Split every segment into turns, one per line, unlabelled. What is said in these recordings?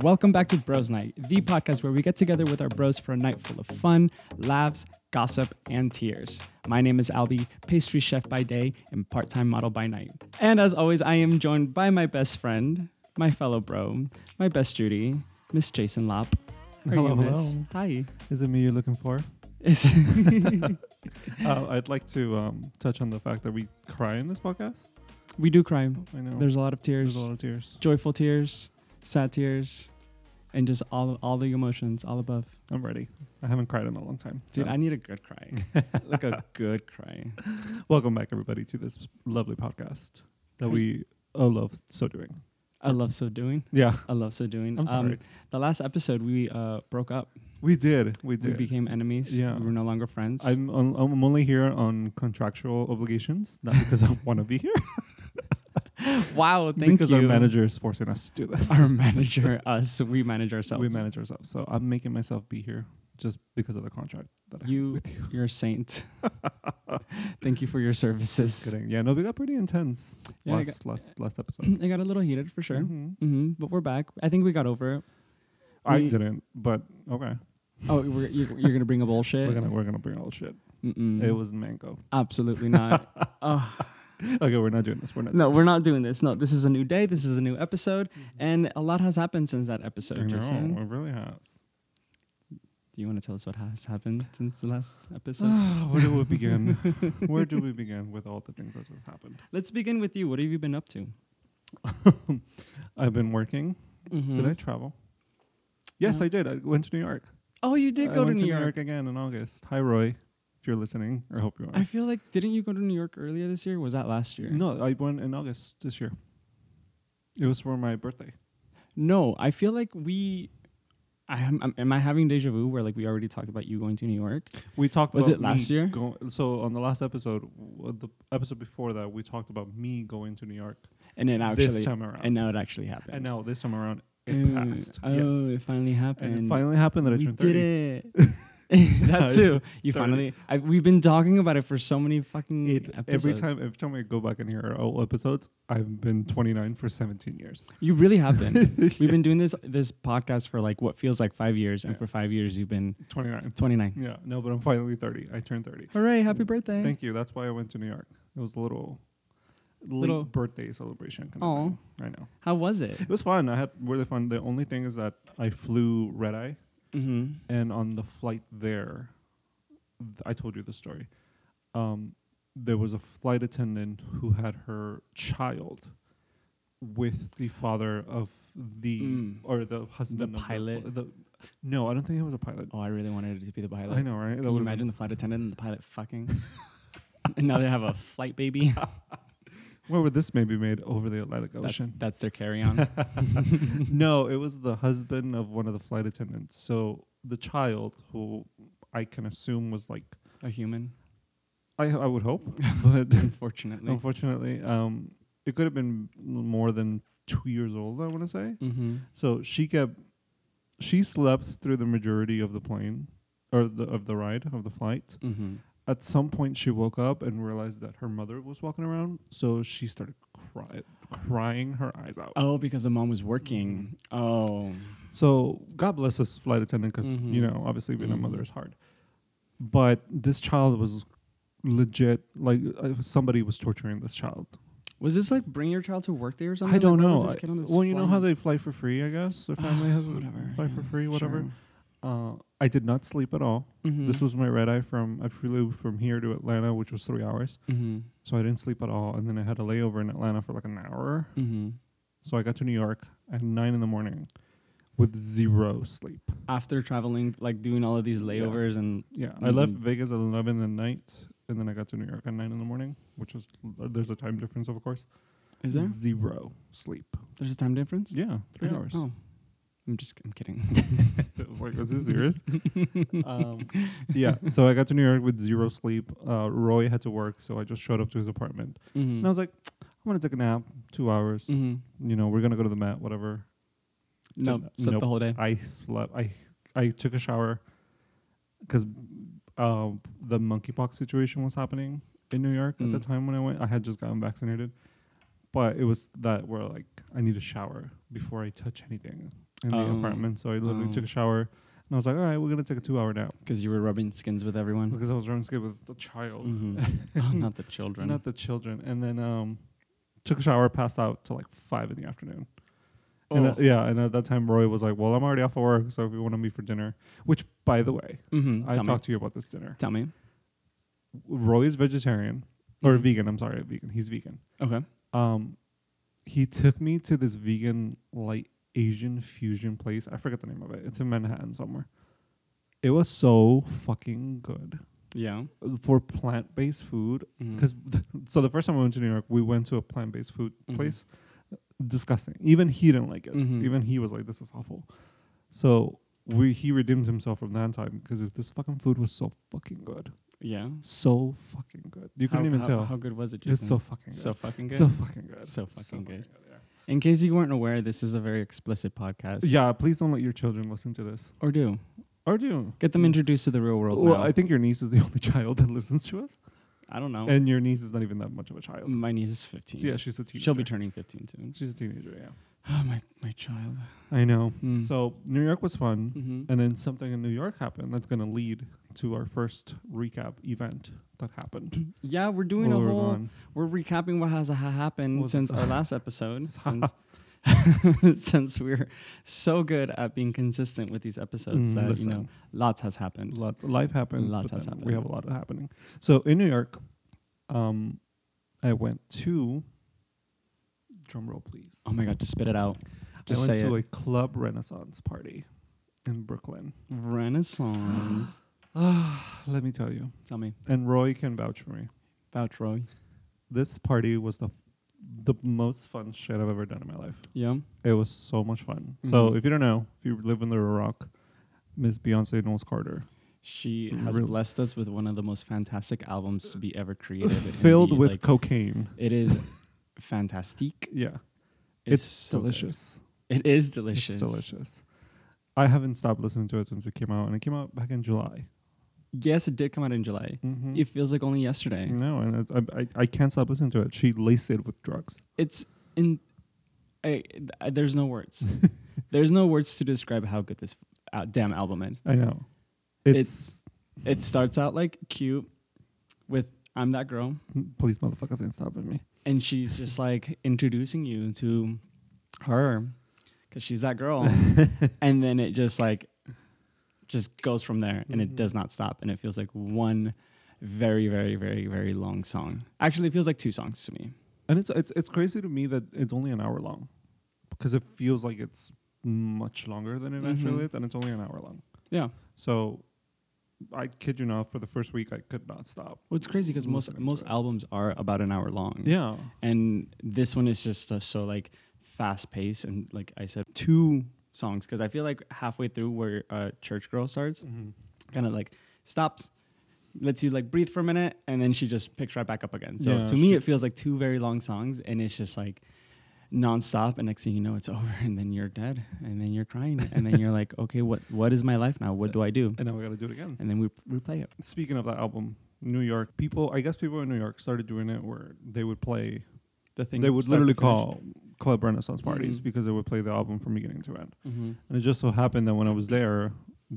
Welcome back to Bros Night, the podcast where we get together with our bros for a night full of fun, laughs, gossip, and tears. My name is Albie, pastry chef by day and part time model by night. And as always, I am joined by my best friend, my fellow bro, my best Judy, Miss Jason Lop. How are
Hello,
you, miss?
hello.
Hi.
Is it me you're looking for?
Is-
Uh, I'd like to um, touch on the fact that we cry in this podcast.
we do cry.
I know
There's a lot of
There's
tears.
a lot of tears.
joyful tears, sad tears, and just all all the emotions, all above.
I'm ready. I haven't cried in a long time.
Dude,
so-
I need a good cry, like a good cry.
welcome back everybody to this lovely podcast that
Hey.
we oh love so doing.
I love so doing.
Yeah,
I love so doing. Um,
I'm sorry.
the last episode we uh, broke up.
we did.
We
We did.
became enemies.
Yeah.
we were no longer friends.
I'm on, I'm only here on contractual obligations, not because I want to be here.
wow, thank
because
you.
our manager is forcing us to do this.
our manager, us, we manage ourselves.
we manage ourselves, so I'm making myself be here just because of the contract that I
You-
have with you.
You're a saint. thank you for your services.
Kidding. Yeah, no, we got pretty intense
Yeah, I
last,
got,
last last episode.
I got a little heated for sure.
Mhm.
hmm But we're back. I think we got over it.
I
We-
didn't, but okay.
Oh, we're, you're, you're gonna bring up bullshit.
We're gonna we're gonna bring all shit.
Mm-mm.
It was mango.
Absolutely not. oh,
Okay, we're not doing this. We're not.
no,
doing
we're
this.
not doing this. No, this is a new day. This is a new episode, and a lot has happened since that
Mm-hmm. I
episode. Jason,
know, it really has.
do you want to tell us what has happened since the last episode?
Ah, Where do we begin? Where do we begin with all the things that just happened?
Let's begin with you. What have you been up to?
I've been working.
Mm-hmm.
Did I travel? Yes,
No.
I did. I went to New York.
oh, you did
I
go to
went
New York.
again in August. Hi, Roy, if you're listening, I hope you are.
I feel like didn't you go to New York earlier this year? Was that last year?
no, I went in August this year. It was for my birthday.
No, I feel like we. I am, am- am I having deja vu where like we already talked about you going to New York?
We talked.
Was
about
it last
me
year?
Go, so on the last episode, w- the episode before that, we talked about me going to New York
And then actually,
this time around,
and now it actually happened.
And now this time around, it
Ooh,
passed.
Oh,
yes,
it finally happened.
and it finally happened that I
we
turned
did
thirty.
it. that too. You
Thirty.
finally. I, we've been talking about it for so many fucking
It-
episodes.
every time, every time I go back and hear our old episodes, I've been 29 for 17 years.
you really have been. We've been doing this this podcast for like what feels like five years, and
Yeah.
for five years you've been
29.
29.
Yeah, no, but I'm finally 30. I turned 30.
Hooray! Happy birthday.
Thank you. That's why I went to New York. It was a little late
Little-
birthday celebration. Kind
Aw.
of thing. I know.
How was it?
It was fun. I had really fun. The only thing is that I flew red eye.
Mm-hmm.
and on the flight there, th- I told you the story. Um, there was a flight attendant who had her child with the father of the
Mm.
or the husband of
pilot?
The, fl- the, no, I don't think it was a pilot.
Oh, I really wanted it to be the pilot.
I know, right? That
Can you
would've been-
imagine the flight attendant and the pilot fucking? and now they have a flight baby.
Oh, Where would this maybe made over the Atlantic
That's,
Ocean?
that's their carry on.
no, it was the husband of one of the flight attendants. So the child, who I can assume was like,
a human,
I, I would hope, but
unfortunately.
Unfortunately, um, it could have been more than two years old. I want to say.
mm-hmm.
So she kept, she slept through the majority of the plane, or the of the ride of the flight.
Mm-hmm.
At some point, she woke up and realized that her mother was walking around. So she started cry, crying her eyes out.
Oh, because the mom was working.
Mm-hmm.
Oh,
So God bless this flight attendant because
Mhm.
you know obviously being
Mhm.
a mother is hard, but this child was legit like uh, somebody was torturing this child
was this like bring your child to work day or something?
I
Like,
don't
where was
know.
this kid on
I-
this
well, you know how
flight?
they fly for free, I guess. Their family has
Whatever,
whatever fly for
yeah,
free, whatever.
sure.
Uh, I did not sleep at all. This
Mhm.
was my red eye from I flew from here to Atlanta, which was three hours.
Mhm.
So I didn't sleep at all, and then I had a layover in Atlanta for like an hour.
Mhm.
So I got to New York at nine in the morning, with zero sleep.
after traveling, like doing all of these
Yeah.
layovers and
Yeah, I left
Mhm.
Vegas at eleven at night, and then I got to New York at nine in the morning, which was there's a time difference, of course.
is there?
zero sleep?
There's a time difference.
Yeah,
I
three
don't-
hours.
Oh, I'm just I'm kidding.
it was like, is this serious? um, yeah. So I got to New York with zero sleep. Uh, Roy had to work, so I just showed up to his apartment.
Mhm.
And I was like, I want to take a nap, two hours.
Mhm.
You know, we're gonna go to the Met, whatever.
no,
Didn't-
slept
uh, nope.
the whole day.
I slept. I I took a shower because um, the monkeypox situation was happening in New York at the
Mm.
time when I went. I had just gotten vaccinated, but it was that where like I need a shower before I touch anything. in the
Oh.
apartment. So I literally
Oh.
took a shower, and I was like, "All right, we're gonna take a two-hour nap."
Because you were rubbing skins with everyone.
because I was running skate with the child,
Mhm. oh, not the children.
Mm. not the children. And then um, took a shower, passed out till like five in the afternoon. And uh,
Oh.
yeah, and at that time Roy was like, "Well, I'm already off of work, so if you want to meet for dinner," which, by the way,
Mhm.
I
Tell me.
talked to you about this dinner.
Tell me.
Roy is vegetarian or
Mhm.
vegan. I'm sorry, vegan. He's vegan.
Okay.
Um, he took me to this vegan like Asian fusion place. I forget the name of it. It's in Manhattan somewhere. It was so fucking good
Yeah.
for plant-based food
Mhm.
because so the first time I went to New York, we went to a plant-based food
Mhm.
place. Disgusting. Even he didn't like it.
Mhm.
Even he was like, "This is awful." So we he redeemed himself from that time because if this fucking food was so fucking good,
yeah.
so fucking good, you couldn't
how,
even
how,
tell.
How good was it?
it's
Jason?
so fucking good.
so fucking good.
So fucking good.
So fucking good.
yeah.
In case you weren't aware, this is a very explicit podcast.
Yeah, please don't let your children listen to this.
Or do
Or do
get them introduced to the real world.
Well,
now.
I think your niece is the only child that listens to us,
I don't know.
and your niece is not even that much of a child.
My niece is 15.
Yeah, she's a teenager.
Mm. She'll be turning 15 soon.
she's a teenager. Yeah,
Oh, my, my child.
I know.
Mm.
So New York was fun,
Mhm.
and then something in New York happened that's going to lead to our first recap event that happened.
Yeah, we're doing
while we
a
were
whole.
gone.
We're recapping what has ha- happened
What's-
since our last episode. since, since we're so good at being consistent with these episodes
Mm,
that you know
listen.
lots has happened.
Lots, life happens.
Lots
but
has
then
happened.
We have a lot happening. So in New York, um, I went to. Drum roll, please.
Oh my god, just spit it out. Just
I went
say
to
it.
a club renaissance party in Brooklyn.
Renaissance.
Let me tell you,
Tell me,
and Roy can vouch for me.
about Roy.
This party was the the most fun shit I've ever done in my life.
Yeah.
It was so much fun. So
Mhm.
if you don't know, if you live under a rock, Miss Beyonce Knowles Carter,
She has
Really.
blessed us with one of the most fantastic albums to be ever created. in
filled
the,
with
like,
cocaine.
it is fantastic.
Yeah,
It's,
it's,
so good.
delicious.
It is delicious.
It's delicious. I haven't stopped listening to it since it came out, and it came out back in July.
Yes, it did come out in July.
Mm-hmm.
It feels like only yesterday.
no, and it, I, I I can't stop listening to it. She laced it with drugs.
It's in. I, I- there's no words. there's no words to describe how good this uh, damn album is.
I know.
It's-
Mm-hmm.
It starts out like cute, with "I'm that girl,"
Mm, Please, motherfuckers, ain't stopping me.
and she's just like introducing you to her because she's that girl and then it just like just goes from there and
Mm-hmm.
it does not stop and it feels like one very very very very long song actually it feels like two songs to me
And it's it's it's crazy to me that it's only an hour long, because it feels like it's much longer than it actually
Mhm.
is, and it's only an hour long.
yeah
So, I kid you not, for the first week I could not stop.
well it's crazy because most
Listening to
most
it.
albums are about an hour long
Yeah,
and this one is just uh, so like fast paced and like i said two songs because i feel like halfway through where uh, church girl starts kind of like stops lets you like breathe for a minute and then she just picks right back up again so
Yeah,
to me
she-
it feels like two very long songs and it's just like nonstop and next thing you know it's over and then you're dead and then you're crying and then you're like okay what what is my life now what do i do
and now we gotta do it again.
and then we replay it
Speaking of that album, New York people, I guess people in New York started doing it where they would play.
the thing
they would
start to
literally
finish.
call club renaissance parties
Mhm.
because they would play the album from beginning to end.
Mhm.
And it just so happened that when I was there,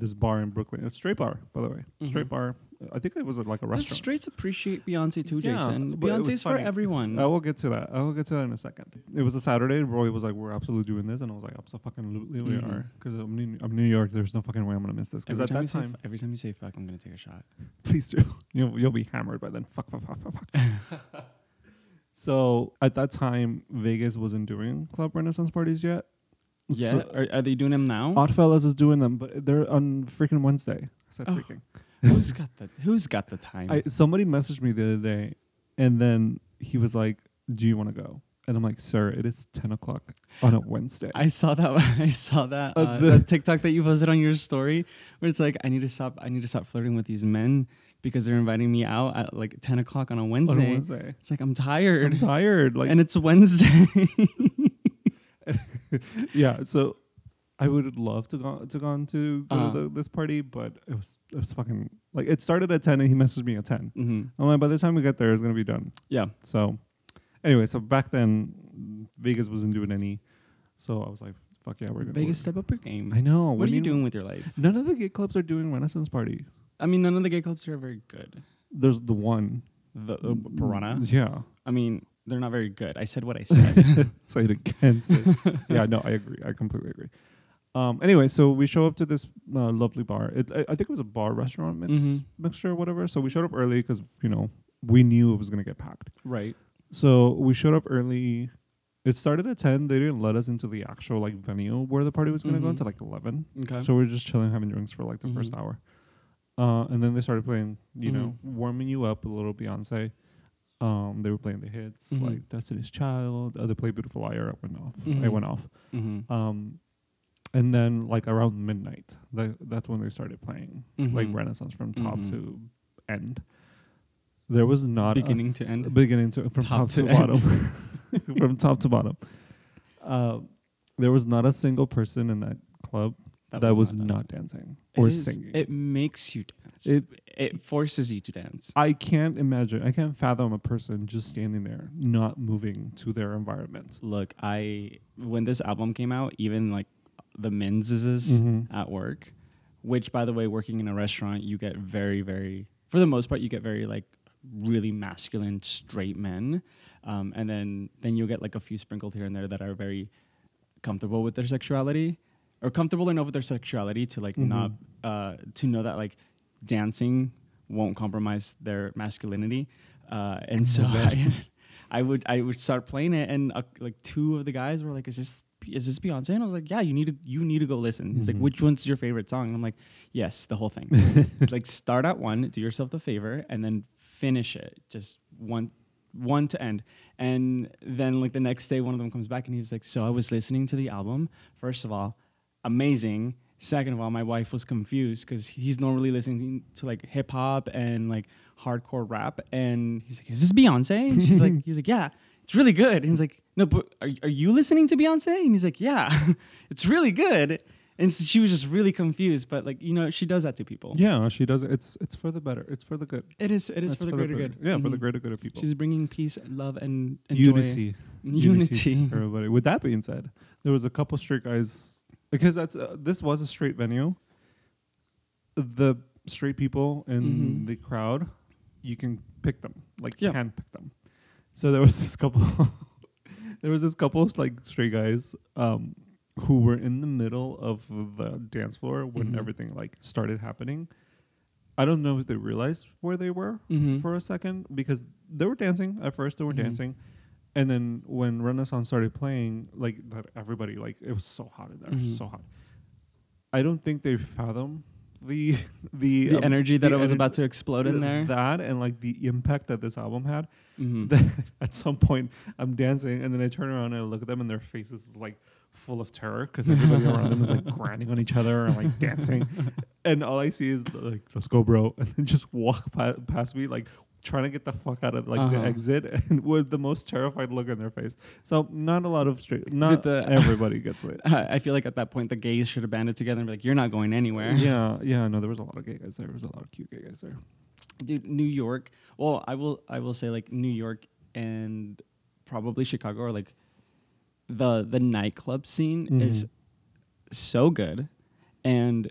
this bar in Brooklyn, it's straight bar, by the way,
Mhm.
straight bar. I think it was like a
the
restaurant.
straights appreciate beyonce too
Yeah,
jason
but it was
beyonce's for
funny. Oh,
everyone
I will get to that. I will get to that in a second. It was a Saturday. Roy was like, "We're absolutely doing this," and I was like, "Absolutely, we
Mhm.
are." Because I'm, New- I'm New York. There's no fucking way I'm gonna miss this. Because
every,
at
time you
that
say,
time,
f- every time you say fuck i'm gonna take a shot
please do. You'll, you'll be hammered by then. Fuck, fuck, fuck, fuck, fuck. so at that time, Vegas wasn't doing club renaissance parties yet.
yeah
So,
are, are they doing them now
Oddfellas is doing them, but they're on freaking Wednesday. I said
Oh.
freaking.
who's got the who's got the time
I somebody messaged me the other day, and then he was like, "Do you want to go?" And I'm like, "Sir, it is ten o'clock on a Wednesday."
I saw that. I saw that, uh,
Uh, the-
that TikTok that you posted on your story, where it's like, I need to stop. I need to stop flirting with these men because they're inviting me out at like ten o'clock on a
on
Wednesday.
a Wednesday.
It's like I'm tired,
I'm tired. Like,
and it's Wednesday.
yeah. So, I would love to go to gone to go
Uh-huh.
to the, this party, but it was it was fucking like it started at ten, and he messaged me at ten.
Mhm.
I'm like, by the time we get there, it's gonna be done.
Yeah,
So, anyway, so back then, Vegas wasn't doing any. So I was like, fuck yeah, we're gonna
Vegas,
we're-
step up your game.
I know.
What are you
mean,
doing with your life?
None of the gay clubs are doing Renaissance Party.
I mean, none of the gay clubs here are very good.
There's the one.
The uh, Piranha.
Yeah.
I mean, they're not very good. I said what I said.
Say it again. Say it. yeah, no, I agree. I completely agree. Um, anyway, so we show up to this uh, lovely bar. It, I, I think it was a bar restaurant mix,
Mhm.
mixture or whatever. So we showed up early because, you know, we knew it was going to get packed.
right.
So we showed up early. It started at 10. They didn't let us into the actual like venue where the party was going to
Mhm.
go until like 11.
Okay.
So we were just chilling, having drinks for like the first
Mhm.
hour. Uh, and then they started playing, you know,
Mhm.
warming you up a little Beyonce. Um, they were playing the hits
Mhm.
like Destiny's Child. Uh, they played Beautiful Liar. It went off.
Mhm.
It went off.
Mhm.
Um, and then like around midnight, tha- that's when they started playing like
Mhm.
Renaissance from top
Mhm.
to end. There was not a
Beginning to
s-
end?
beginning to from top,
Top
to,
to
bottom, from top to bottom. Uh, there was not a single person in that club that, was, not,
dance.
dancing
It
or
is-
singing.
It makes you dance. It,
It-
it forces you to dance.
I can't imagine. I can't fathom a person just standing there, not moving to their environment.
Look, I when this album came out, even like the men's is
Mhm.
at work, which by the way, working in a restaurant, you get very, very for the most part, you get very like really masculine straight men, um, and then then you'll get like a few sprinkled here and there that are very comfortable with their sexuality or comfortable enough with their sexuality to like not
Mm-hmm.
uh, to know that like dancing won't compromise their masculinity uh, and so I, I would i would start playing it and uh, like two of the guys were like is this is this Beyonce? And I was like, yeah, you need to you need to go listen. He's
Mhm.
like, which one's your favorite song? And I'm like, yes, the whole thing. like start at one, do yourself the favor, and then finish it. Just one one to end. And then like the next day one of them comes back and he was like, So I was listening to the album. First of all, amazing. Second of all, my wife was confused because he's normally listening to like hip hop and like hardcore rap. And he's like, Is this Beyonce? And she's like, he's like, Yeah, it's really good. And he's like, No, but are, are you listening to Beyonce? And he's like, Yeah, it's really good. And so she was just really confused. But like, you know, she does that to people.
Yeah, she does. it. It's it's for the better. It's for the good.
It is. It is
It's
for the greater good.
Yeah, for the
Mhm.
greater good of people.
She's bringing peace, love, and, and joy.
unity.
Unity.
for Everybody. With that being said, there was a couple straight guys because that's uh, this was a straight venue. The straight people in
Mhm.
the crowd, you can pick them. Like
Yeah.
can pick them. So there was this couple. there was this couple of, like straight guys um, who were in the middle of the dance floor when
Mhm.
everything like started happening. I don't know if they realized where they were
Mhm.
for a second because they were dancing at first. They were
Mhm.
dancing, and then when Renaissance started playing, like that everybody like it was so hot in there,
Mhm.
so hot. I don't think they fathom the the,
the
um,
energy that
the
I was
ener-
about to explode in there.
That and like the impact that this album had.
Mhm.
That at some point, I'm dancing and then I turn around and I look at them and their faces is like full of terror because everybody around them is like grinding on each other and like dancing, and all I see is like let's go, bro, and then just walk pa- past me like trying to get the fuck out of like the
Uh-huh.
exit and with the most terrified look on their face. So not a lot of straight, not
the-
everybody gets it.
I I feel like at that point the gays should have banded together and be like, "You're not going anywhere."
Yeah, yeah, no, there was a lot of gay guys there. There was a lot of cute gay guys there.
dude new york well i will i will say like new york and probably chicago are like the the nightclub scene is
Mm-hmm.
so good and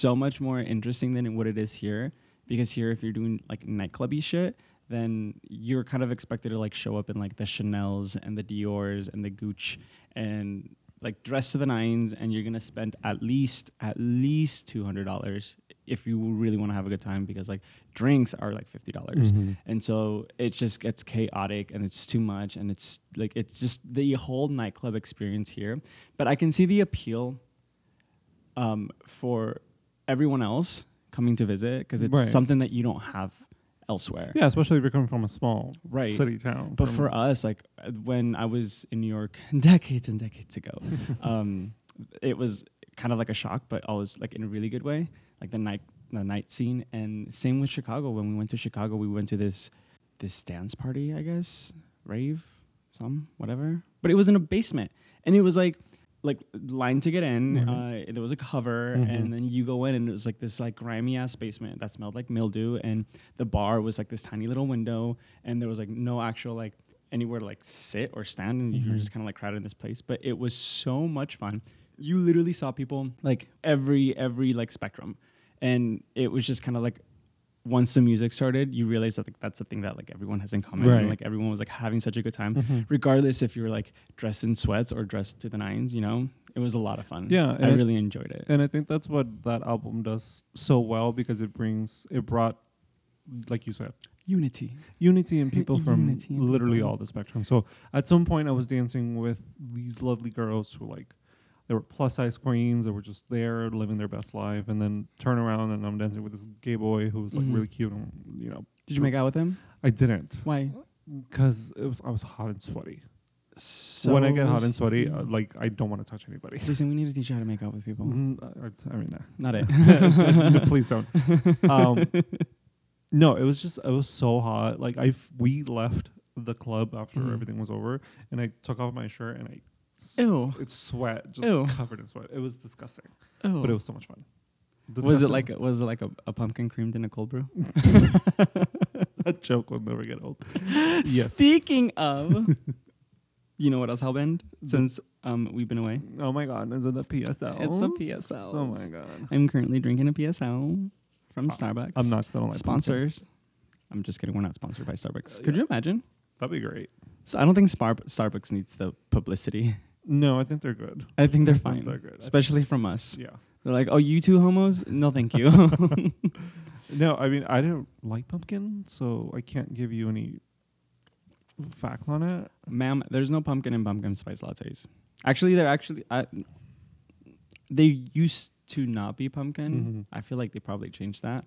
so much more interesting than what it is here because here if you're doing like nightclubby shit then you're kind of expected to like show up in like the chanels and the diors and the gooch and like dress to the nines and you're gonna spend at least at least $200 if you really want to have a good time because like drinks are like $50 dollars
Mm-hmm.
and so it just gets chaotic and it's too much and it's like it's just the whole nightclub experience here but i can see the appeal um, for everyone else coming to visit because it's
Right.
something that you don't have elsewhere
Yeah, especially if you're coming from a small
Right.
city town.
but
from-
for us, like uh, when I was in New York decades and decades ago, um, it was kind of like a shock, but always like in a really good way, like the night the night scene. And same with Chicago. When we went to Chicago, we went to this this dance party, I guess, rave, some whatever. But it was in a basement, and it was like like line to get in. Uh, there was a cover,
Mhm.
and then you go in, and it was like this like grimy ass basement that smelled like mildew, and the bar was like this tiny little window, and there was like no actual like anywhere to like sit or stand, and
Mm-hmm.
you were just kind of like crowded in this place. But it was so much fun. You literally saw people like every every like spectrum, and it was just kind of like once the music started, you realize that like that's the thing that like everyone has in common.
Right. Mm-hmm.
And, like everyone was like having such a good time, regardless if you were like dressed in sweats or dressed to the nines. You know, it was a lot of fun.
Yeah,
I
and-
really enjoyed it.
and I think that's what that album does so well because it brings it brought like you said
Unity.
unity in people from
Unity in
literally
people.
all the spectrum. So at some point I was dancing with these lovely girls who like they were plus size queens that were just there living their best life and then turn around and I'm dancing with this gay boy who was like
Mhm.
really cute and you know
Did you make out with him?
I didn't
Why?
because it was I was hot and sweaty.
So
when I get hot and sweaty, uh, like I don't want to touch anybody.
Jason, we need to teach you how to make out with people.
Mm, I, I mean, uh,
Mm-hmm. Not it.
No, please don't. Um, no, it was just it was so hot. Like I we left the club after
Mhm.
everything was over, and I took off my shirt and I s-
Ew.
it's sweat just
Ew.
covered in sweat. It was disgusting,
Oh.
but it was so much fun.
was it
Disgusting.
like was it like a, a pumpkin creamed in a cold brew?
that joke will never get old? yes.
Speaking of, you know what else happened since um, we've been away?
oh my god, is it a PSL?
It's a PSL.
Oh my god,
I'm currently drinking a PSL from
Uh,
Starbucks.
I'm not. 'cause I don't like pumpkin.
sponsors. I'm just kidding. We're not sponsored by Starbucks.
Uh,
Could
yeah.
you imagine?
That'd be great.
So I don't think Spar- Starbucks needs the publicity.
No, I think they're good.
I think they're
I think
fine,
they're good. I think-
especially from us.
Yeah.
They're like, "Oh, you two homos? No, thank you."
No, I mean I don't like pumpkin, so I can't give you any fact on it.
ma'am there's no pumpkin in pumpkin spice lattes actually they're actually I, they used to not be pumpkin
Mhm.
i feel like they probably changed that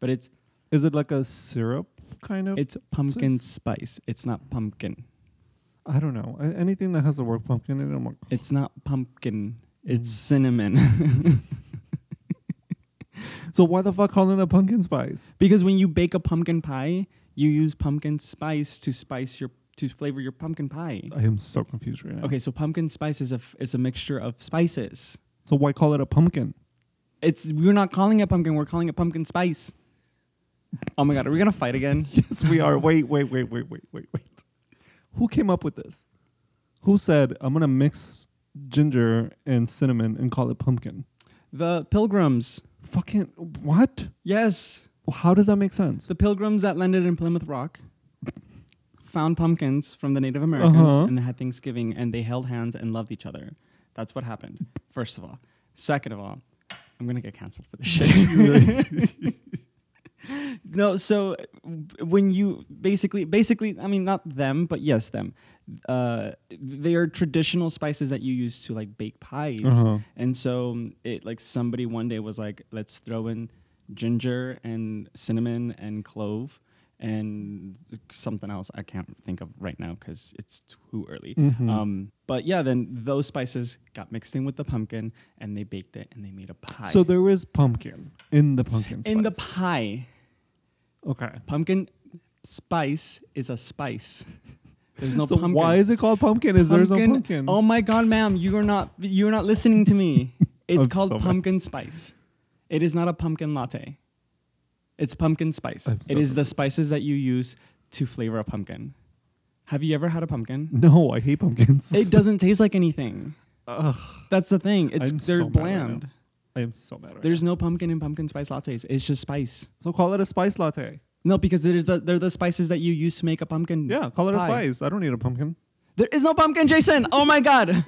but it's
Is it like a syrup kind of?
it's pumpkin spice it's not pumpkin
I don't know. A- Anything that has the word pumpkin in it, I'm like,
it's not pumpkin it's
Mhm.
cinnamon
so why the fuck call it a pumpkin spice?
because when you bake a pumpkin pie you use pumpkin spice to spice your to flavor your pumpkin pie
I am so confused right now.
okay so pumpkin spice is a f- is a mixture of spices
so why call it a pumpkin?
it's we're not calling it pumpkin we're calling it pumpkin spice oh my god are we gonna fight again
yes, we are. Wait, wait, wait, wait, wait, wait, wait. Who came up with this? Who said I'm gonna mix ginger and cinnamon and call it pumpkin?
The pilgrims.
Fucking what?
Yes.
How does that make sense?
The pilgrims that landed in Plymouth Rock found pumpkins from the Native Americans
Uh-huh.
and they had Thanksgiving and they held hands and loved each other. That's what happened, first of all. Second of all, I'm going to get canceled for this shit. no, so w- when you basically, basically, I mean, not them, but yes, them. Uh, they are traditional spices that you use to like bake pies.
Uh-huh.
And so um, it like somebody one day was like, let's throw in ginger and cinnamon and clove and something else I can't think of right now because it's too early.
Mhm.
Um, but yeah, then those spices got mixed in with the pumpkin and they baked it and they made a pie.
So there is pumpkin in the pumpkin spice.
in the pie,
okay.
pumpkin spice is a spice. There's no
so
pumpkin.
why is it called pumpkin? Is there's no pumpkin?
Oh my god, ma'am, you are not you're not listening to me. It's
I'm
called
so mad.
pumpkin spice. It is not a pumpkin latte. It's pumpkin spice.
I'm so
it is the
confused.
spices that you use to flavor a pumpkin. Have you ever had a pumpkin?
no, I hate pumpkins.
it doesn't taste like anything.
Ugh,
That's the thing. It's
I'm
they're
so mad right now.
bland.
I am so mad. Right
There's
now.
no pumpkin in pumpkin spice lattes. It's just spice.
so call it a spice latte.
No, because there's the, they're the spices that you use to make a pumpkin.
Yeah, call it a
Mm. pie.
spice. I don't need a pumpkin.
There is no pumpkin, Jason. Oh my god.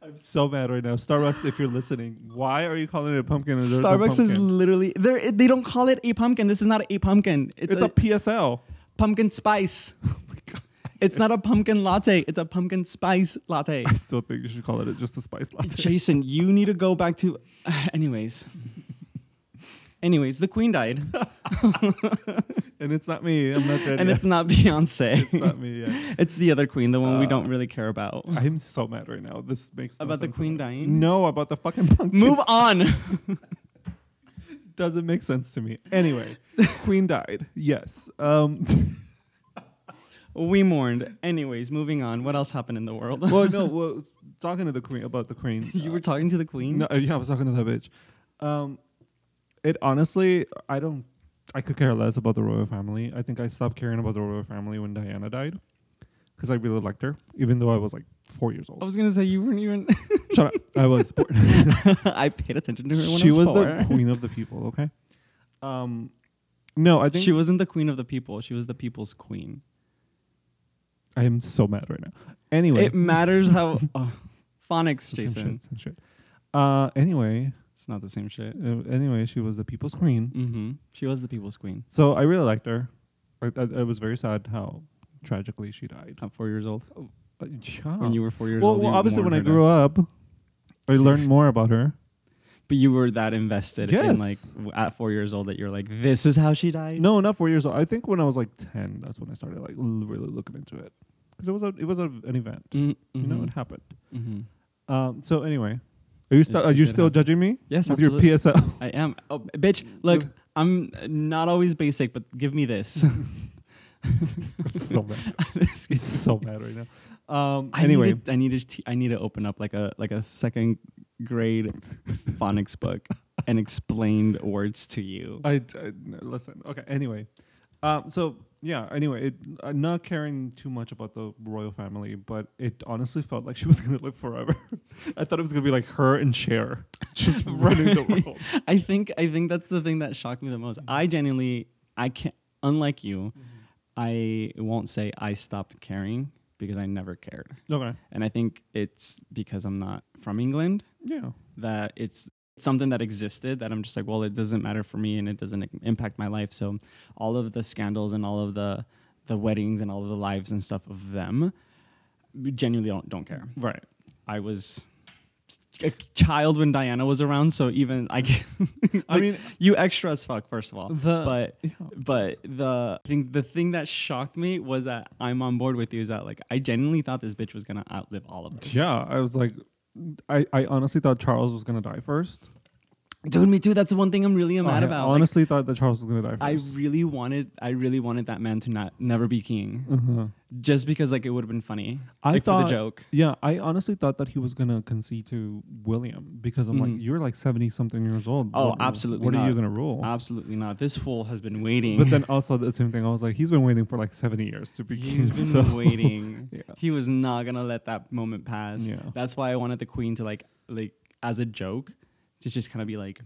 I'm so mad right now. Starbucks, if you're listening, why are you calling it a pumpkin? and there's no
Starbucks is
pumpkin?
literally they they don't call it a pumpkin. This is not a pumpkin. It's,
It's,
a,
a, PSL.
pumpkin spice. Oh It's not a pumpkin latte. It's a pumpkin spice latte.
I still think you should call it a- just a spice latte.
Jason, you need to go back to. Anyways, anyways, the queen died,
and it's not me. I'm not dead
and
yet.
it's not Beyonce.
It's not me yet.
It's the other queen, the one we
Uh,
don't really care about.
I'm so mad right now. This makes no
About the
sense at
queen
all.
dying?
No, about the fucking pumpkin.
Move on.
doesn't make sense to me. Anyway, Queen died. Yes. Um,
We mourned. Anyways, moving on. What else happened in the world?
well, no. Well, talking to the Queen about the Queen.
you were
uh,
talking to the queen.
no, yeah, I was talking to that bitch. Um, it honestly, I don't I could care less about the royal family. I think I stopped caring about the royal family when Diana died because I really liked her, even though I was like four years
I
old.
was gonna say you weren't even.
Shut up. I was born.
I paid attention to her when I
she
was,
was
four.
the queen of the people, okay? Um, no, I think
she wasn't the queen of the people. She was the people's queen.
I am so mad right now. Anyway,
It matters how oh, phonics,
same
Jason.
shit, same shit. Uh, anyway,
It's not the same shit.
uh, anyway, she was the people's queen.
Mm-hmm. She was the people's queen
So I really liked her. I, I, I was very sad how tragically she died.
at four years old.
Uh, yeah.
When you were four years
well,
old,
well,
you
obviously, when
mourned
I
her
grew
death.
up, I learned more about her.
but you were that invested in
Yes.
like w- at four years old that you're like, this is how she died.
No, not four years old. I think when I was like ten, that's when I started like l- really looking into it because it was a, it was a, an event.
Mm,
You know,
mhm,
it happened.
mhm.
Um, so anyway, are you still
It-
are
it
you
did
still
happen.
judging me
Yes,
with
absolutely.
your PSL?
I am. Oh, bitch, look, I'm not always basic, but give me this.
I'm so mad. I'm so mad right now. Um,
I
anyway,
needed- I need to t- I need to open up like a like a second grade phonics book and explain words to you.
I, I- no, listen. Okay. Anyway, um, so yeah. Anyway, it, i not caring too much about the royal family, but it honestly felt like she was gonna live forever. I thought it was gonna be like her and Cher just running the world.
I think I think that's the thing that shocked me the most. I genuinely I can't unlike you,
Mm-hmm.
I won't say I stopped caring because I never cared.
Okay.
And I think it's because I'm not from England
Yeah.
that it's something that existed that I'm just like, well, it doesn't matter for me and it doesn't i- impact my life. So all of the scandals and all of the the weddings and all of the lives and stuff of them genuinely don't don't care.
Right.
I was a child when Diana was around, so even I can,
I mean,
you extra as fuck first of all.
The- Oh,
but
yeah, of
but the I think the thing that shocked me was that I'm on board with you is that like I genuinely thought this bitch was going to outlive all of us.
yeah. I was like, I, I honestly thought Charles was gonna die first.
Dude, me too. That's the one thing I'm really mad
I
about. Like,
Oh, honestly thought that Charles was gonna die
I
first.
really wanted I really wanted that man to not never be king.
Mm-hmm.
Just because like it would have been funny.
I
like, for
thought
the joke.
Yeah, I honestly thought that he was gonna concede to William because I'm
Mhm.
like, you're like seventy something years old.
Oh,
What-
absolutely
What are you
not.
gonna rule?
Absolutely not. This fool has been waiting.
But then also the same thing. I was like, he's been waiting for like seventy years to be king.
He's been
so-
waiting.
Yeah.
He was not gonna let that moment pass.
Yeah.
That's why I wanted the queen to like like as a joke to just kind of be like,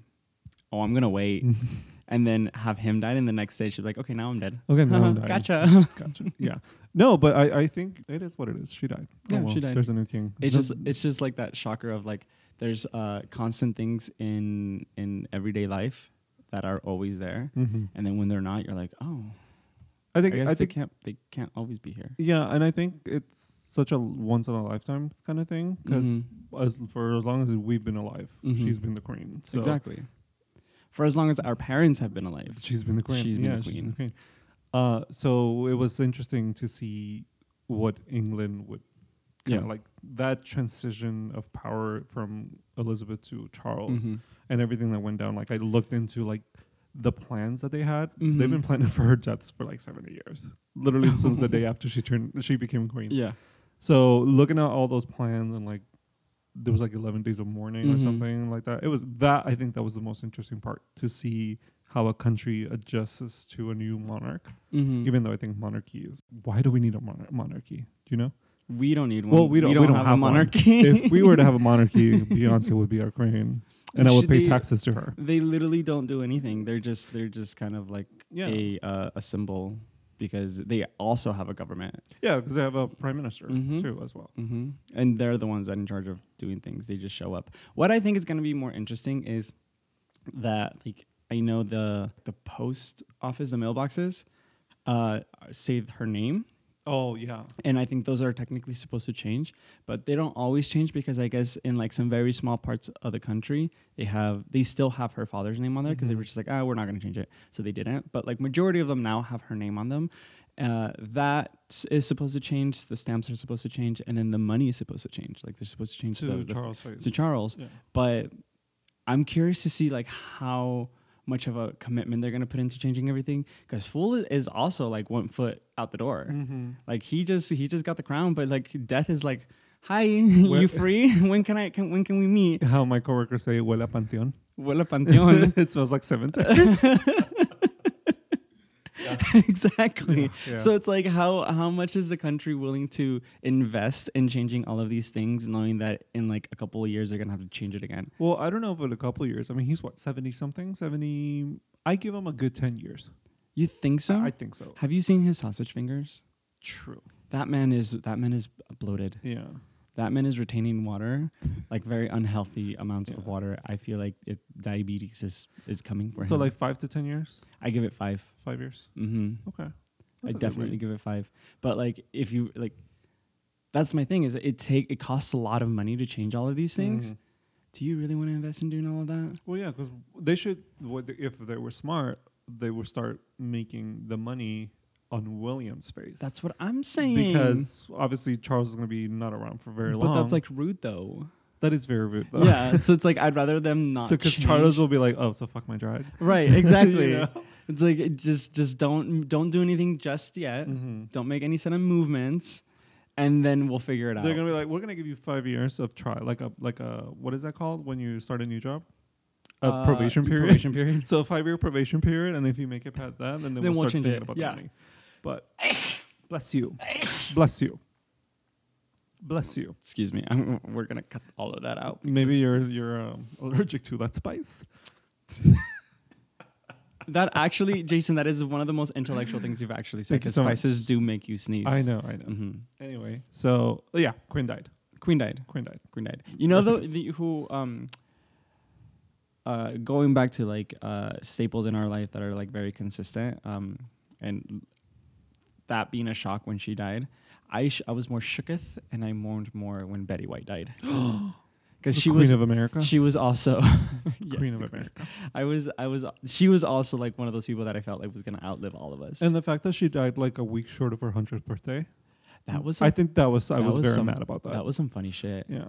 Oh, I'm gonna wait and then have him die and the next day she'd be like, Okay, now I'm dead.
Okay, now I'm dying.
Uh-huh. gotcha.
Gotcha. Yeah. No, but I, I think it is what it is. She died. Oh,
Yeah,
well,
she died.
There's a new king.
It's
No-
just it's just like that shocker of like there's uh constant things in in everyday life that are always there.
Mhm.
And then when they're not, you're like, oh,
I
I
think
guess
I
they
think
can't they can't always be here.
yeah, and I think it's such a once in a lifetime kind of thing because
Mhm.
as for as long as we've been alive,
Mhm.
she's been the queen. So
exactly. For as long as our parents have been alive,
She's been the queen.
She's been
yeah,
the
she's
queen.
been the queen. Uh, so it was interesting to see what England would kind
Yeah.
of like that transition of power from Elizabeth to Charles
Mhm.
and everything that went down. Like I looked into like the plans that they had.
Mhm.
They've been planning for her deaths for like seventy years, literally since the day after she turned she became queen.
yeah,
So looking at all those plans and like there was like eleven days of mourning or
Mhm.
something like that. It was that I think that was the most interesting part to see how a country adjusts to a new monarch.
Mhm.
Even though I think monarchy is why do we need a monar- monarchy? Do you know?
we don't need one.
Well, we don't. We don't,
have,
have,
a
one.
monarchy.
if we were to have a monarchy, Beyonce would be our queen, and I would
Should
pay
they-
taxes to her.
they literally don't do anything. They're just they're just kind of like
Yeah.
a uh, a symbol because they also have a government,
Yeah, because they have a prime minister
Mhm.
too as well.
hmm and they're the ones that are in charge of doing things. They just show up. What I think is going to be more interesting is that like I know the the post office, the mailboxes, uh, say her name.
Oh yeah,
and I think those are technically supposed to change, but they don't always change because I guess in like some very small parts of the country, they have they still have her father's name on there
Mm-hmm.
because they were just like, ah, we're not gonna change it, so they didn't. But like majority of them now have her name on them. Uh, that s- is supposed to change. The stamps are supposed to change, and then the money is supposed to change. Like they're supposed to change
to
the, the-
Charles. Hayes.
to Charles.
Yeah.
But I'm curious to see like how much of a commitment they're gonna put into changing everything because Fool is also like one foot out the door.
Mhm.
Like he just he just got the crown, but like death is like, hi,
Well-
you free? when can I? Can, when can we meet?
How my coworkers say "huele a panteón."
Huele panteón.
it smells like cemetery.
exactly.
Yeah, yeah.
So it's like how how much is the country willing to invest in changing all of these things, knowing that in like a couple of years they're gonna have to change it again?
Well, I don't know if in a couple of years. I mean, he's what seventy something, seventy. I give him a good ten years.
You think so?
I, I think so.
have you seen his sausage fingers?
True.
That man is that man is bloated.
Yeah.
That man is retaining water, like very unhealthy amounts of
Yeah.
water. I feel like it, diabetes is is coming for
so
him.
like five to ten years,
I give it five.
five years.
Mm-hmm.
Okay.
I
That's a good
definitely
rate.
give it five. But like, if you like, that's my thing. Is it take it costs a lot of money to change all of these things?
Mhm.
Do you really want to invest in doing all of that?
Well, yeah, because they should. what the- If they were smart, they would start making the money on William's face.
That's what I'm saying.
because obviously Charles is going to be not around for very
but
long.
that's like rude though.
that is very rude. Though.
yeah, so it's like I'd rather them not.
So because
change.
Charles will be like, oh, so fuck my drag.
right, exactly.
You know?
It's like it just just don't don't do anything just yet.
Mm-hmm.
Don't make any sudden movements, and then we'll figure it out.
They're gonna be like, we're gonna give you five years of trial, like a like a what is that called when you start a new job? A
Uh,
probation period.
Probation period.
so a five year probation period, and if you make it past that, then,
Then
we'll,
we'll
start
change it,
thinking about
yeah.
the money. But bless you, bless you, bless you.
Excuse me. I'm, we're gonna cut all of that out.
Maybe you're you're um, allergic to that spice.
That actually, Jason, that is one of the most intellectual things you've actually said.
Thank you
Because
so much.
spices do make you sneeze.
I know, I know.
hmm
Anyway, so yeah, Quinn died.
Queen died.
Quinn died.
Queen died. You know
Rest in
though,
peace.
the, who? Um, uh, going back to like uh, staples in our life that are like very consistent, um, and that being a shock when she died, I sh- I was more shooketh and I mourned more when Betty White died, because
The
she
Queen
was
of America.
she was also Yes,
Queen
the
of America.
I was I was she was also like one of those people that I felt like was gonna outlive all of us.
And the fact that she died like a week short of her hundredth birthday,
that was
I think that was I
that
was,
was
very
some-
mad about that.
That was some funny shit.
Yeah.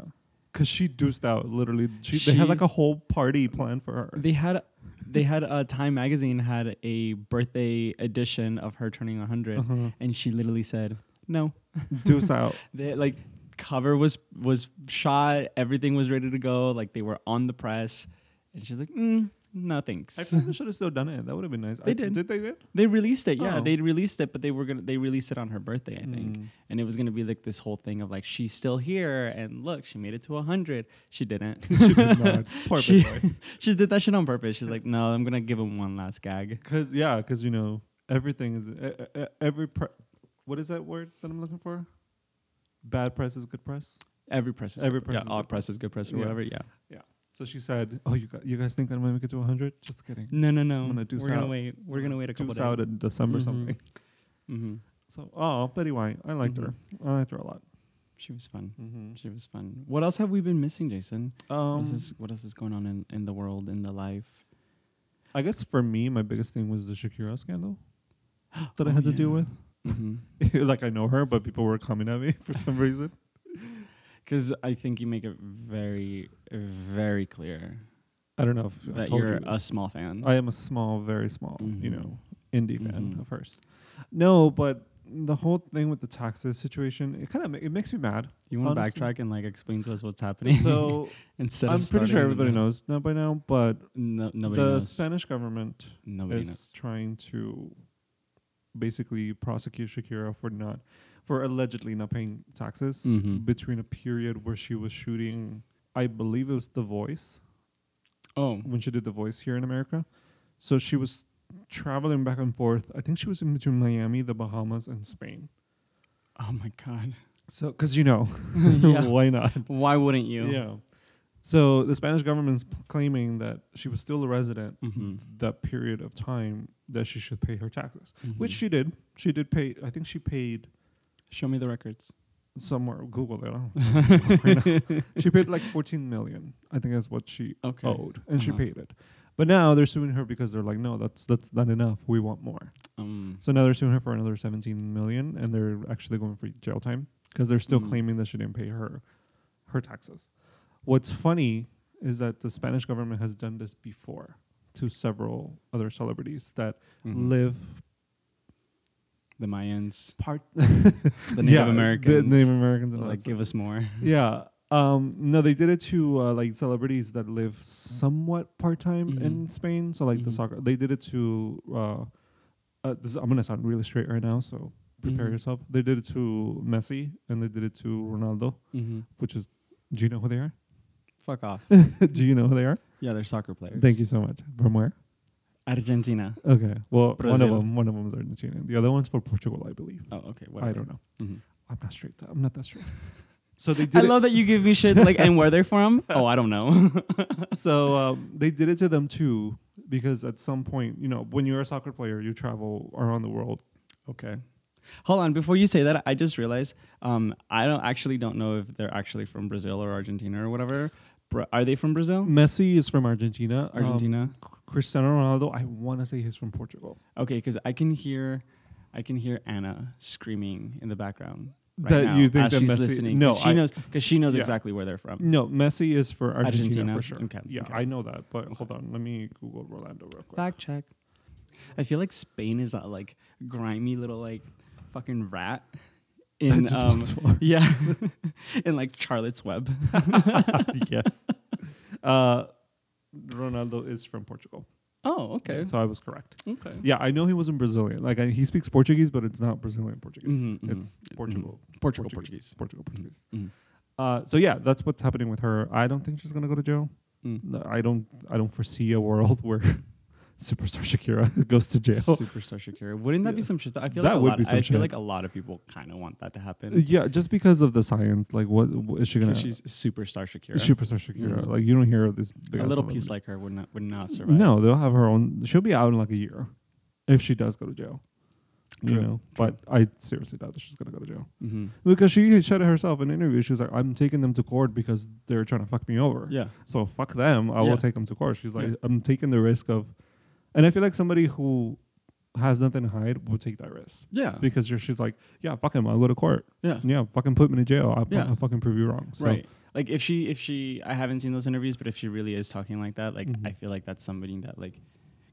Cause she deuced out literally. She, they had like
She-
a whole party planned for her.
They had they had uh, Time magazine had a birthday edition of her turning 100
Uh-huh.
and she literally said no.
Deuce out.
They like cover was was shot, everything was ready to go, like they were on the press and she's like, mm, "No
I
thanks."
feel like they should have still done it. That would have been nice.
They
I-
did.
Did they did?
they released it. Yeah,
Oh.
they released it, but they were going to they released it on her birthday, I think.
Mm.
And it was going to be like this whole thing of like she's still here and look, she made it to 100. She didn't.
she did not. Poor
She-
she, boy.
she did that shit on purpose. She's like, "No, I'm going to give him one last gag."
Cause yeah, cause you know everything is e- e- e- every. Pre- what is that word that I'm looking for? Bad press is good press.
Every press is
Every
good.
press
yeah,
is
all
good
press
press.
is good press or
Yeah.
whatever. Yeah.
So she said, "Oh, you guys, you guys think I'm gonna make it to 100? Just kidding.
No, no, no.
I'm gonna deuce
We're gonna
out.
wait. We're gonna wait a couple
Deuce
days.
out in December
Mhm.
something."
hmm
So oh, Betty White, I liked
Mhm.
her. I liked her a lot.
She was fun.
Mm-hmm.
She was fun. What else have we been missing, Jason?
Um,
what, else is, what else is going on in, in the world, in the life?
I guess for me, my biggest thing was the Shakira scandal that
Oh,
I had to deal
yeah.
with.
Mm-hmm.
like I know her, but people were coming at me for some reason.
Because I think you make it very, very clear
I don't know if I
that
told
you're
you.
a small fan.
I am a small, very small, you
Mhm.
know, indie fan
Mhm.
of hers. No, but the whole thing with the taxes situation, it kind of ma- it makes me mad.
you want to
honestly-
backtrack and like explain to us what's happening?
So
instead
I'm
of
pretty
starting
sure
in
everybody
the middle.
knows now by now, but
No, nobody
the
knows.
Spanish government
nobody
is
knows.
trying to basically prosecute Shakira for not for allegedly not paying taxes
Mhm.
between a period where she was shooting I believe it was The Voice
Oh,
when she did The Voice here in America. So she was traveling back and forth. I think she was in between Miami, the Bahamas and Spain.
oh my god.
So cuz you know,
Yeah.
why not?
Why wouldn't you?
Yeah. So the Spanish government's p- claiming that she was still a resident
Mhm.
that period of time that she should pay her taxes. which
Mhm.
she did. She did pay. I think she paid
Show me the records.
somewhere. Google it. I don't right now. she paid like fourteen million. I think that's what she
Okay.
owed, and she
Uh-huh.
paid it. But now they're suing her because they're like, no, that's that's not enough. We want more.
Um,
So now they're suing her for another seventeen million, and they're actually going for jail time because they're still
Mm.
claiming that she didn't pay her her taxes. What's funny is that the Spanish government has done this before to several other celebrities that
mhm.
live
the Mayans,
part
the Native
Yeah,
Americans,
The Native Americans. And all
like
that
give us more.
stuff. yeah. Um, no, they did it to uh, like celebrities that live somewhat part time
Mhm.
in Spain. So like the
Mhm.
soccer, they did it to uh, Uh, this is, I'm gonna sound really straight right now, so prepare
Mhm.
yourself. They did it to Messi and they did it to Ronaldo,
Mm-hmm.
which is. Do you know who they are?
Fuck off.
do you know who they are?
yeah, they're soccer players.
Thank you so much. From where?
Argentina.
Okay. Well, one of
Brazil.
them. One of them is Argentina. The other one's for Portugal, I believe.
Oh, okay.
I don't know.
hmm
I'm not straight. That, I'm not that straight. so they did.
I
it-
love that you give me shit like, and where they're from? Oh, I don't know.
so um, they did it to them too because at some point you know when you're a soccer player you travel around the world
okay. Hold on. Before you say that, I just realized um, I don't actually don't know if they're actually from Brazil or Argentina or whatever. Bra- are they from Brazil?
messi is from argentina Mm, Um,
Argentina.
cristiano ronaldo i want to say he's from portugal
Okay, because I can hear, I can hear Anna screaming in the background right
That
now
you think
as
that
she's
Messi-
listening.
No,
'cause she
I-
knows because she knows
Yeah. Mm.
exactly where they're from.
no messi is for argentina,
Argentina?
for sure
Okay,
yeah
okay.
i know that but hold on let me google rolando real quick
Fact check. I feel like Spain is that like grimy little like fucking rat in
just
um,
wants more.
yeah in like Charlotte's Web.
yes uh, ronaldo is from portugal
Oh, okay.
so i was correct
Okay.
yeah i know he wasn't brazilian like I, he speaks portuguese but it's not brazilian portuguese
Mhm, mhm.
it's portugal
Portugal, Portuguese.
portuguese portugal portuguese
Mm.
Uh, so yeah, that's what's happening with her. I don't think she's gonna go to jail.
Mm.
No, I don't. I don't foresee a world where superstar Shakira goes to jail.
Superstar Shakira. Wouldn't that be
Yeah.
some shit? That, I feel
That
like a
would
lot
be
of-
some
I
shit.
feel like a lot of people kind of want that to happen.
yeah, just because of the science, like what, what is she gonna?
Because she's superstar Shakira.
superstar Shakira.
Mhm.
Like you don't hear of this.
a little piece like her would not would not survive.
Mm, No, they'll have her own. She'll be out in like a year, if she does go to jail.
True,
You know, but I seriously doubt that she's gonna go to jail
hmm
because she had said it herself in an interview. She was like, "I'm taking them to court because they're trying to fuck me over."
Yeah.
So fuck them. I
Yeah.
will take them to court. She's like,
Yeah.
I'm taking the risk of, and I feel like somebody who has nothing to hide will take that risk
Yeah.
because you're, she's like, yeah, fuck him. I'll go to court.
yeah.
Yeah, fucking put me in jail. I'll,
Yeah.
I'll fucking prove you wrong. So
Right. Like if she if she I haven't seen those interviews, but if she really is talking like that, like
Mhm.
I feel like that's somebody that like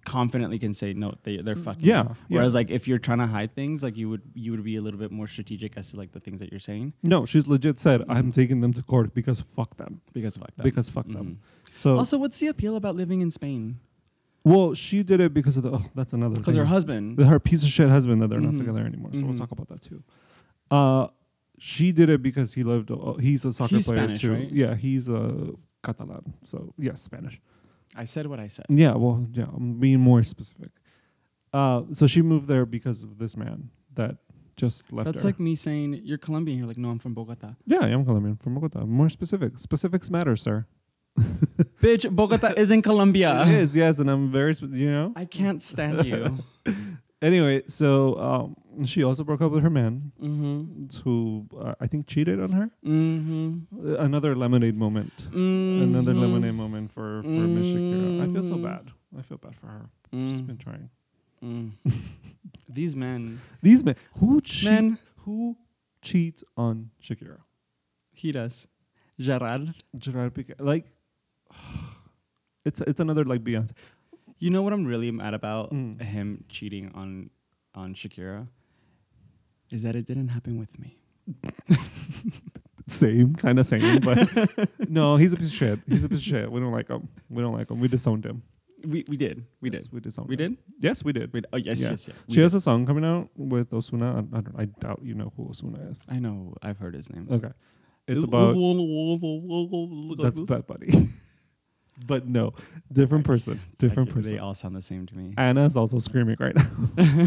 confidently can say no, they they're fucking.
Mm, Yeah, yeah.
Whereas like if you're trying to hide things, like you would you would be a little bit more strategic as to like the things that you're saying
No, she's legit said,
Mhm.
I'm taking them to court because fuck them.
because fuck that.
Because fuck
Mhm.
them. So,
also, what's the appeal about living in Spain?
well, she did it because of the, oh, that's another
Because
thing.
her husband.
Mm-hmm. her piece of shit husband that they're not
Mhm.
together anymore. So we'll
Mhm.
talk about that too. Uh, she did it because he lived. Uh, he's a soccer
He's
player
Spanish,
too.
right?
Yeah, he's a Catalan. So yes, Spanish.
I said what I said.
Yeah, well, yeah. I'm being more specific. Uh, so she moved there because of this man that just left.
That's
her.
like me saying you're Colombian. You're like, no, I'm from Bogota.
yeah, I'm Colombian from Bogota. More specific. Specifics matter, sir.
Bitch, Bogota is in Colombia.
It is yes, and I'm very. Spe- you know.
I can't stand you.
Anyway, so um, she also broke up with her man,
mm-hmm.
who uh, I think cheated on her.
Mm-hmm.
Uh, Another lemonade moment. another lemonade moment for for Miss Shakira. I feel so
Mhm.
bad. I feel bad for her. She's been trying.
Mm. Mm-hmm. These men.
These men who cheat
Men.
who cheats on Shakira.
He does. Gerard.
Gerard Piqué. Like it's it's another like Beyonce.
You know what I'm really mad about
Mm.
him cheating on on Shakira? Is that it didn't happen with me.
Same, kind of same, but no, he's a piece of shit. He's a piece of shit. We don't like him. We don't like him. We disowned him.
We we did. We
Yes,
did.
We disowned
We
him.
did?
Yes, we did.
We, oh yes,
Yeah.
yes, yeah. We
she has
did.
a song coming out with Osuna. I, I don't. I doubt you know who Osuna is.
I know I've heard his name.
Okay, it's
Ooh,
about
ooh, ooh, ooh, ooh, ooh, ooh,
That's
ooh.
Bad Bunny. but no, different person. Different
Like, They
person.
all sound the same to me.
Anna is also screaming right now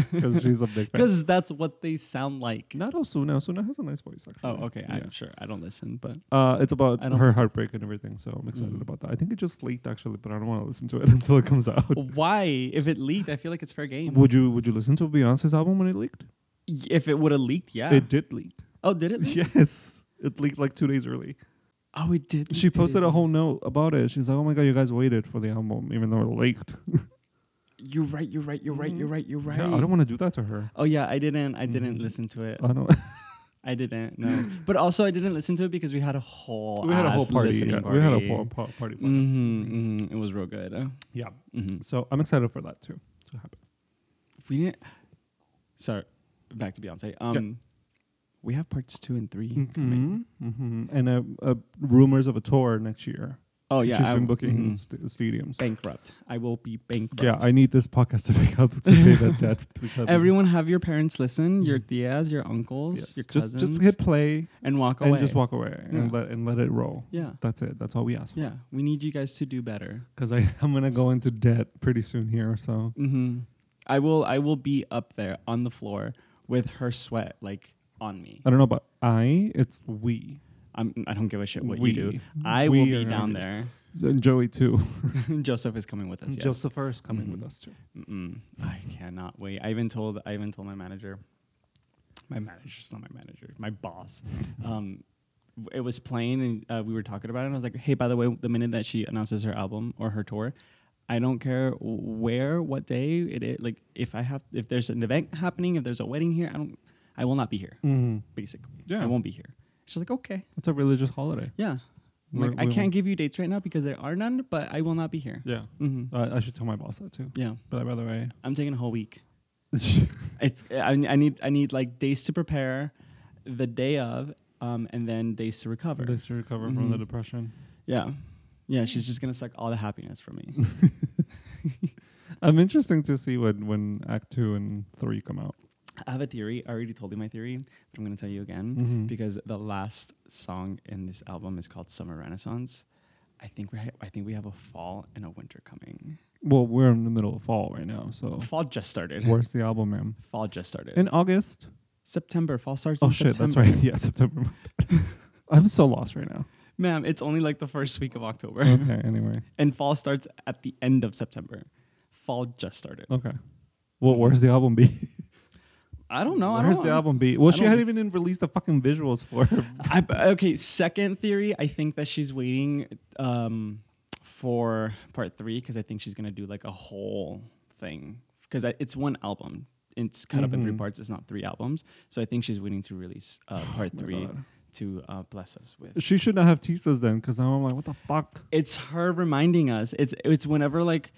because she's a big fan.
Because that's what they sound like.
Not Osuna. Osuna has a nice voice. Actually.
Oh, okay.
Yeah.
I'm sure. I don't listen, but
Uh, it's about
I don't
her
think-
heartbreak and everything, so I'm excited
Mhm.
about that. I think it just leaked actually, but I don't want to listen to it until it comes out.
why? If it leaked, I feel like it's fair game.
Would you Would you listen to Beyonce's album when it leaked?
If it would have leaked, yeah.
It did leak.
oh, did it? leak?
Yes, it leaked like two days early.
Oh, it did.
She
leak. It
posted
is
a
leak.
whole note about it. She's like, "Oh my god, you guys waited for the album, even though it leaked."
You're right. You're right. You're right. You're right. You're right. Uh,
Yeah, I don't want to do that to her.
Oh yeah, I didn't. I didn't
Mhm.
listen to it.
I don't.
I didn't. No, but also I didn't listen to it because we had a whole
we had a whole
ass
party,
listening
yeah.
party.
We had a whole pa- party. plan.
hmm It was real good.
Yeah.
hmm
So I'm excited for that too to happen.
We didn't. Sorry, back to Beyonce. Um, we have parts two and 3 coming.
Mm-hmm. And uh, uh, rumors of a tour next year.
Oh yeah,
she's
I'm-
been booking
mhm.
st- stadiums.
bankrupt. I will be bankrupt.
Yeah, I need this podcast to pick up to pay that debt. please help me.
Everyone have your parents listen, your tias, your uncles,
Mm-hmm. Yes.
your
just
cousins,
just hit play
and walk away.
and just walk away
Yeah.
and let and let it roll.
Yeah,
That's it. That's all we ask.
yeah. We need you guys to do better.
Because I I'm gonna go into debt pretty soon here. So
hmm I will. I will be up there on the floor with her sweat like on me.
I don't know, but I it's we.
I'm, I don't give a shit what
we.
you do. I
We
will
are
be
gonna
down
do
there.
that. And Joey too. Mm-hmm.
Joseph is coming with us. Yes.
Joseph is coming
Mhm.
with us too.
Mm-mm. I cannot wait. I even told I even told my manager, my manager's not my manager, my boss. um, w- it was playing, and uh, we were talking about it. And I was like, "Hey, by the way, the minute that she announces her album or her tour, I don't care w- where, what day it is. Like, if I have, if there's an event happening, if there's a wedding here, I don't, I will not be here.
Mhm.
Basically,
Yeah.
I won't be here." She's like, "Okay,
It's a religious holiday.
yeah." I'm
We're-
like, I
we
can't
won't-
give you dates right now because there are none, but I will not be here.
Yeah,
hmm
I, I should tell my boss that too.
yeah.
But by the way,
I'm taking a whole week. It's I, I need I need like days to prepare, the day of, um, and then days to recover.
they should recover from the
Mhm.
depression.
Yeah, yeah. She's just gonna suck all the happiness from me.
I'm interesting to see when when Act Two and Three come out.
I have a theory. I already told you my theory, but I'm gonna tell you again
Mhm.
because the last song in this album is called "Summer Renaissance." I think we ha- I think we have a fall and a winter coming.
Well, we're in the middle of fall right now, so
Fall just started.
where's the album, ma'am?
Fall just started.
In August.
September. Fall starts.
Oh
in
shit, that's
September.
right. Yeah, September. I'm so lost right now.
ma'am. It's only like the first week of October,
Okay. Anyway.
and fall starts at the end of September. Fall just started.
Okay. Well, where's the album be?
I don't know. I
where's
don't
the album be? Well,
I
she
don't-
hadn't even released the fucking visuals for her.
I, okay, second theory. I think that she's waiting um, for part three because I think she's gonna do like a whole thing because it's one album. It's cut up in three
Mhm.
parts. It's not three albums. So I think she's waiting to release uh, part
Oh my
three
God.
to uh, bless us with.
She should not have teased us then, because now I'm like, what the fuck?
it's her reminding us. It's it's whenever like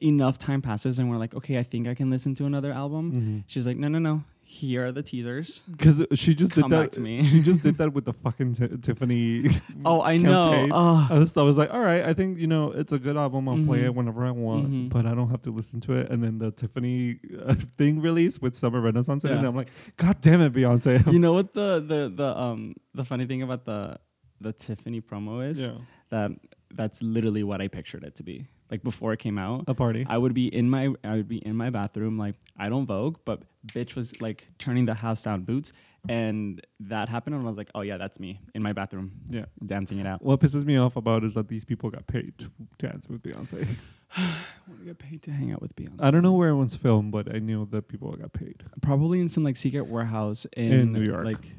enough time passes and we're like, okay, I think I can listen to another album. She's like, no, no, no. Here are the teasers.
Because she just
Come
did that.
back to me.
She just did that with the fucking t- Tiffany.
Oh, I know.
campaign.
Oh,
I was, I was like, all right, I think you know it's a good album. I'll play
Mhm.
it whenever I want,
Mhm.
but I don't have to listen to it. And then the Tiffany uh, thing released with Summer Renaissance, in it,
Yeah.
and I'm like, God damn it, Beyonce!
you know what the the the um the funny thing about the the Tiffany promo is
yeah,
that that's literally what I pictured it to be. Like before it came out,
a party.
I would be in my I would be in my bathroom like I don't vogue, but bitch was like turning the house down boots and that happened and I was like, "Oh yeah, that's me in my bathroom
yeah.
dancing it out."
What pisses me off about is that these people got paid to dance with Beyonce.
I want to get paid to hang out with Beyonce.
I don't know where it was filmed, but I knew that people got paid.
Probably in some like secret warehouse in,
In New York.
Like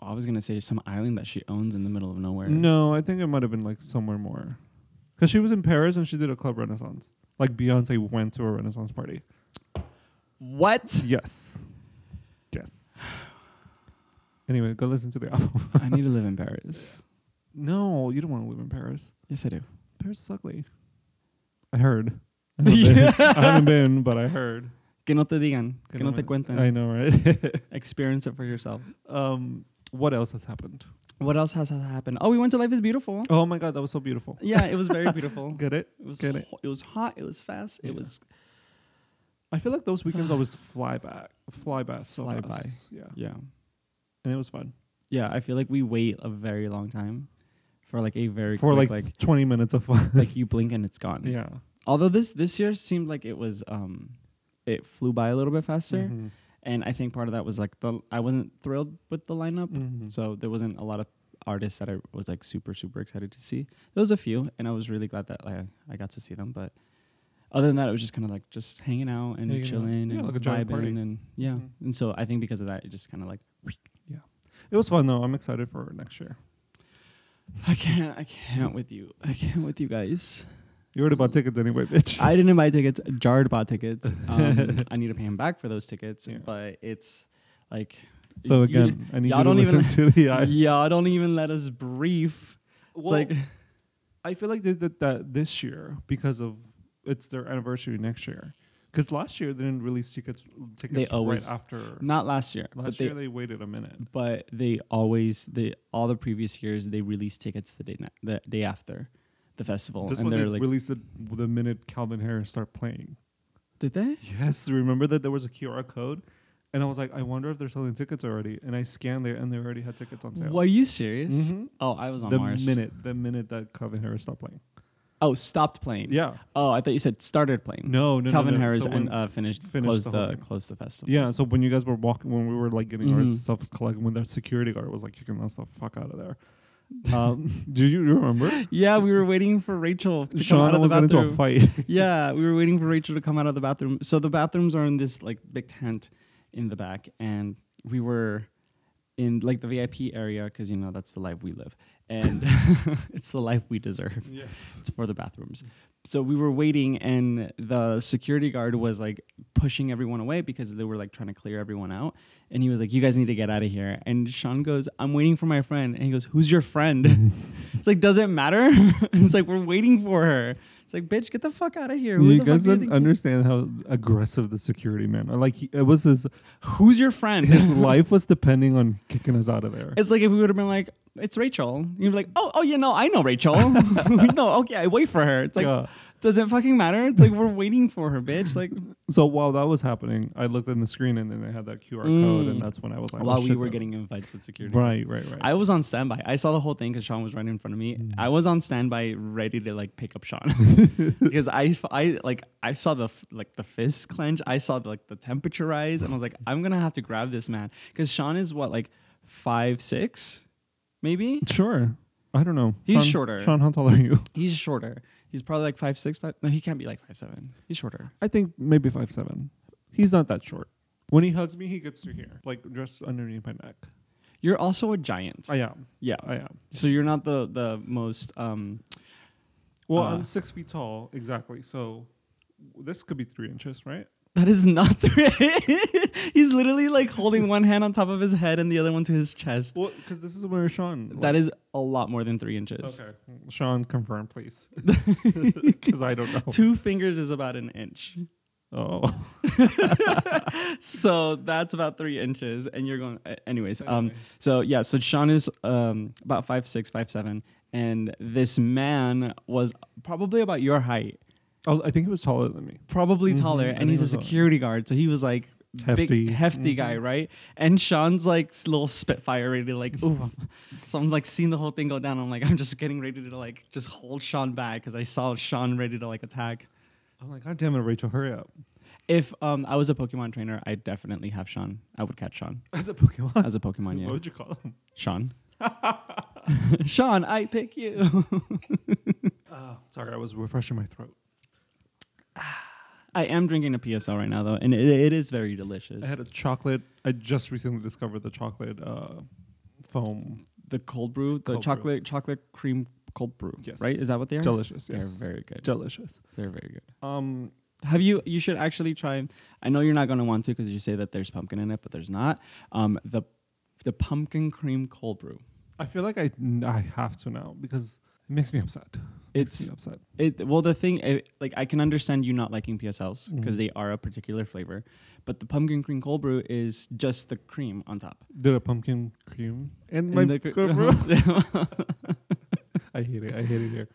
oh, I was going to say some island that she owns in the middle of nowhere.
No, I think it might have been like somewhere more, because she was in Paris and she did a club Renaissance. Like Beyonce went to a Renaissance party.
What?
Yes. Yes. Anyway, go listen to the album.
I need to live in Paris.
No, you don't want to live in Paris.
Yes, I do.
Paris is ugly. I heard. I haven't, been, I haven't been, but I heard.
Que no te digan, que no te
I
cuenten.
know, right?
Experience it for yourself.
um, what else has happened?
What else has happened? Oh, we went to Life is Beautiful.
Oh my god, that was so beautiful.
Yeah, it was very beautiful.
Get it?
It was
Get it.
ho- it was hot, it was fast, it
Yeah.
was
I feel like those weekends always fly back, fly back, so
Fly
fast. Yeah,
yeah.
and it was fun
Yeah, I feel like we wait a very long time for like a very
for
quick,
like,
like
twenty minutes of fun.
like you blink and it's gone.
yeah,
Although this this year seemed like it was um it flew by a little bit faster
Mhm.
and I think part of that was like the I wasn't thrilled with the lineup.
Mhm.
So there wasn't a lot of artists that I was like super super excited to see. There was a few, and I was really glad that I I got to see them. But other than that, it was just kind of like just hanging out and
Hanging out.
chilling
Yeah,
and
like a
vibing
giant party.
and yeah.
Mhm.
And so I think because of that, it just kind of like
it was fun though. I'm excited for next year.
I can't I can't with you I can't with you guys.
You already bought tickets anyway, bitch.
I didn't buy tickets. Jared bought tickets. Um, I need to pay him back for those tickets,
Yeah.
but it's like
So
you-
again, I need
y'all
you to
don't even-
listen to the. I,
y'all don't even let us brief.
Well,
it's like
I feel like they did that this year because of it's their anniversary next year. Because last year they didn't release tickets. Tickets
They always-
right after.
not last year, but
last
they
year they waited a minute.
but they always they all the previous years they released tickets the day na- the day after the festival.
This
and
one they
they're like,
released it the minute Calvin Harris started playing.
did they?
Yes, remember that there was a QR code, and I was like, I wonder if they're selling tickets already. And I scanned there, and they already had tickets on sale.
Were you serious?
Mhm.
Oh, I was on
The
Mars.
minute, the minute that Calvin Harris stopped playing.
Oh, stopped playing.
Yeah.
Oh, I thought you said started playing.
No, no, no,
Calvin
no.
Harris
So
and
when-
uh, finished,
finished
closed
the
the,
whole thing.
closed the festival.
yeah. So when you guys were walking, when we were like getting our
Mhm.
stuff collected, when that security guard was like kicking us the fuck out of there. Um, do you remember?
Yeah, we were waiting for Rachel to come out
Sean
of the
almost got into a
bathroom.
fight.
yeah, we were waiting for Rachel to come out of the bathroom. So the bathrooms are in this like big tent in the back, and we were in like the VIP area because you know that's the life we live, and it's the life we deserve.
yes.
It's for the bathrooms. So we were waiting, and the security guard was like pushing everyone away because they were like trying to clear everyone out. And he was like, "You guys need to get out of here." And Sean goes, "I'm waiting for my friend." And he goes, "Who's your friend?" it's like, "Does it matter?" it's like we're waiting for her. It's like, "Bitch, get the fuck out of here." Who
you
the fuck
guys
do you
don't
think-
understand how aggressive the security man. uh, Like he, it was his
Who's your friend?
his life was depending on kicking us out of there.
It's like if we would have been like, "It's Rachel," you'd be like, "Oh, oh, you know, I know Rachel. no, okay, I wait for her." It's like,
Yeah.
does it fucking matter? It's like we're waiting for her, bitch. Like
So while that was happening, I looked in the screen and then they had that QR code,
Mm.
and that's when I was like,
while
oh,
we
shit,
were
that-
getting in fights with security.
right, right, right.
I was on standby. I saw the whole thing because Sean was right in front of me.
Mm.
I was on standby, ready to like pick up Sean because I, f- I like I saw the f- like the fist clench. I saw the, like the temperature rise, and I was like, I'm gonna have to grab this man because Sean is what like five six, maybe.
sure. I don't know.
He's
Sean-
shorter.
Sean, how tall are you?
He's shorter. He's probably like five six. Five, no, he can't be like five seven. He's shorter.
I think maybe five seven. He's not that short. When he hugs me, he gets to here, like just underneath my neck.
You're also a giant.
I am.
yeah.
I am.
So you're not the the most um
Well,
Uh.
I'm six feet tall exactly. So this could be three inches, right?
That is not the He's literally like holding one hand on top of his head and the other one to his chest.
Well, because this is where Sean.
That is a lot more than three inches.
Okay, Sean, confirm, please, because I don't know.
Two fingers is about an inch.
Oh,
So that's about three inches. And you're going, a- anyways. Um,
Anyway.
so yeah, so Sean is um, about five six, five seven, And this man was probably about your height,
oh, I think he was taller than me.
probably
Mhm,
taller.
I
And
think
he's a
he was taller.
security guard. So he was like,
Hefty. Mm-hmm.
Big hefty guy, right? And Sean's like s- little spitfire ready to like, ooh. so I'm like seeing the whole thing go down. I'm like, I'm just getting ready to like just hold Sean back because I saw Sean ready to like attack.
I'm like, God damn it, Rachel, hurry up!
If um I was a Pokemon trainer, I'd definitely have Sean. I would catch Sean
As a Pokemon,
as a Pokemon,
what
yeah.
would you call him?
Sean. Sean, I pick you.
Uh, sorry, I was refreshing my throat.
I am drinking a PSL right now though, and it, it is very delicious.
I had a chocolate. I just recently discovered the chocolate uh, foam.
the cold brew, the
Cold brew.
chocolate chocolate cream cold brew.
Yes.
Right? Is that what they are?
Delicious,
They're
yes,
very good.
delicious.
They're very good.
Um,
Have you? You should actually try. I know you're not going to want to because you say that there's pumpkin in it, but there's not. Um, the the pumpkin cream cold brew.
I feel like I I have to now because it makes me upset. Makes
It's
me upset.
it. Well, the thing, it, like, I can understand you not liking PSLs because
Mhm.
they are a particular flavor, but the pumpkin cream cold brew is just the cream on top.
Did a pumpkin cream
And
and my
the cr-
good bro. I hate it. I hate it here.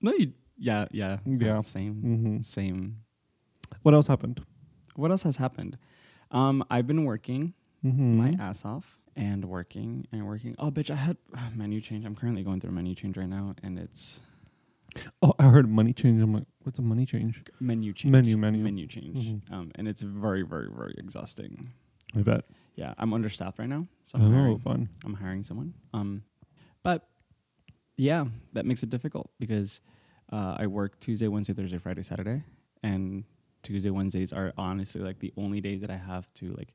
no, you. Yeah, yeah, Mm-hmm.
Yeah.
Same,
hmm
same.
What else happened?
What else has happened? Um, I've been working.
Mm-hmm.
my ass off and working and working. Oh, bitch, I had menu change. I'm currently going through menu change right now, and it's
oh, I heard money change. I'm like, what's a money change?
menu change.
Menu, menu.
Menu change.
Mhm.
Um, and it's very, very, very exhausting.
I bet.
Yeah, I'm understaffed right now, so I'm,
Oh,
hiring.
fun.
I'm hiring someone. Um, but yeah, that makes it difficult because uh, I work Tuesday, Wednesday, Thursday, Friday, Saturday, and Tuesday, Wednesdays are honestly like the only days that I have to like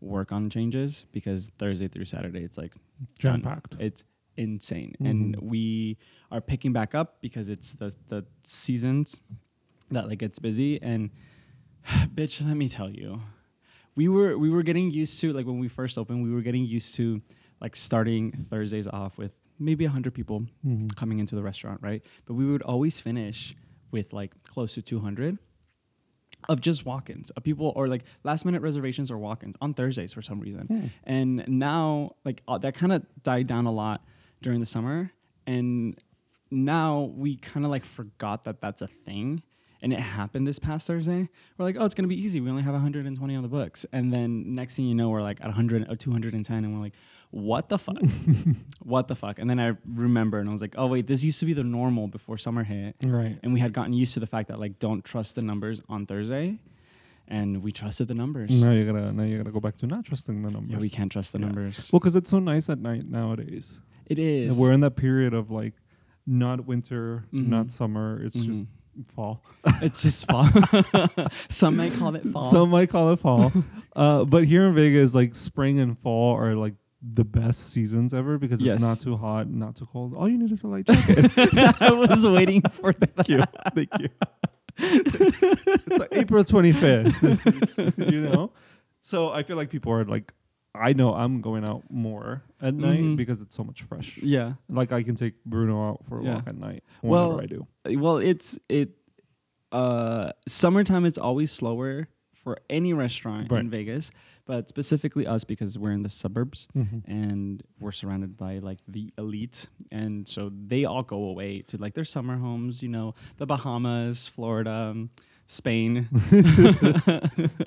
work on changes because Thursday through Saturday it's like
Jam packed.
It's insane, and
Mhm.
we are picking back up because it's the the seasons that like gets busy. And bitch, let me tell you, we were we were getting used to like when we first opened, we were getting used to like starting Thursdays off with maybe hundred people
Mm-hmm. Mm.
coming into the restaurant, right? But we would always finish with like close to 200 of just walk-ins, of people or like last minute reservations or walk-ins on Thursdays for some reason.
Hmm.
And now like uh, that kind of died down a lot during the summer and now we kind of like forgot that that's a thing. And it happened this past Thursday. We're like, oh, it's going to be easy. We only have 120 on the books. And then next thing you know, we're like at 100 or 210. And we're like, what the fuck? what the fuck? And then I remember and I was like, oh, wait, this used to be the normal before summer hit.
Right.
And we had gotten used to the fact that like, don't trust the numbers on Thursday. And we trusted the numbers.
Now you gotta now you gotta go back to not trusting the numbers.
Yeah, we can't trust the
Yeah.
numbers.
Well, because it's so nice at night nowadays.
it is.
We're in that period of like not winter,
Mhm.
not summer. It's just
Mhm.
fall.
It's just fall. Some might call it fall.
Some might call it fall, uh, but here in Vegas, like spring and fall are like the best seasons ever because
Yes.
it's not too hot, not too cold. All you need is a light jacket.
I was waiting for that.
Thank you. Thank you. it's like April 25th. It's- you know? So I feel like people are like, I know I'm going out more at
Mhm.
night because it's so much fresh.
Yeah.
Like I can take Bruno out for a
Yeah.
walk at night.
Well-
Whenever I do.
Well, it's it. Uh, summertime it's always slower for any restaurant
Right.
in Vegas, but specifically us because we're in the suburbs and we're surrounded by like the elite, and so they all go away to like their summer homes. You know, the Bahamas, Florida. um, Spain,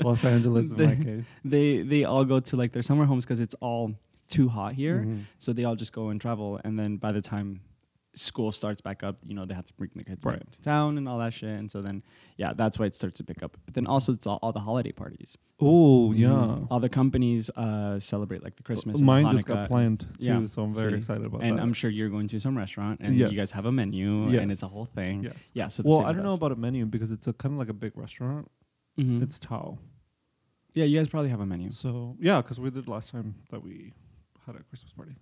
Los Angeles in my case.
they they all go to like their summer homes because it's all too hot here.
Mhm.
So they all just go and travel, and then by the time school starts back up, you know, they have to bring the kids back
Right.
to town and all that shit. And so then, yeah, that's why it starts to pick up. But then also, it's all, all the holiday parties. Mm-hmm.
Oh, yeah.
All the companies uh, celebrate like the Christmas. and
Mine
Hanukkah.
just got planned too,
Yeah.
so I'm very
See?
excited about
And
that.
I'm sure you're going to some restaurant, and
Yes.
you guys have a menu, and it's a
Yes.
whole thing.
Yes.
Yeah. So the
Well,
same
I
with
don't know
us.
about a menu because it's a kind of like a big restaurant.
Mhm.
It's Tao.
yeah, you guys probably have a menu.
So Mm-hmm. yeah, because we did last time that we had a Christmas party,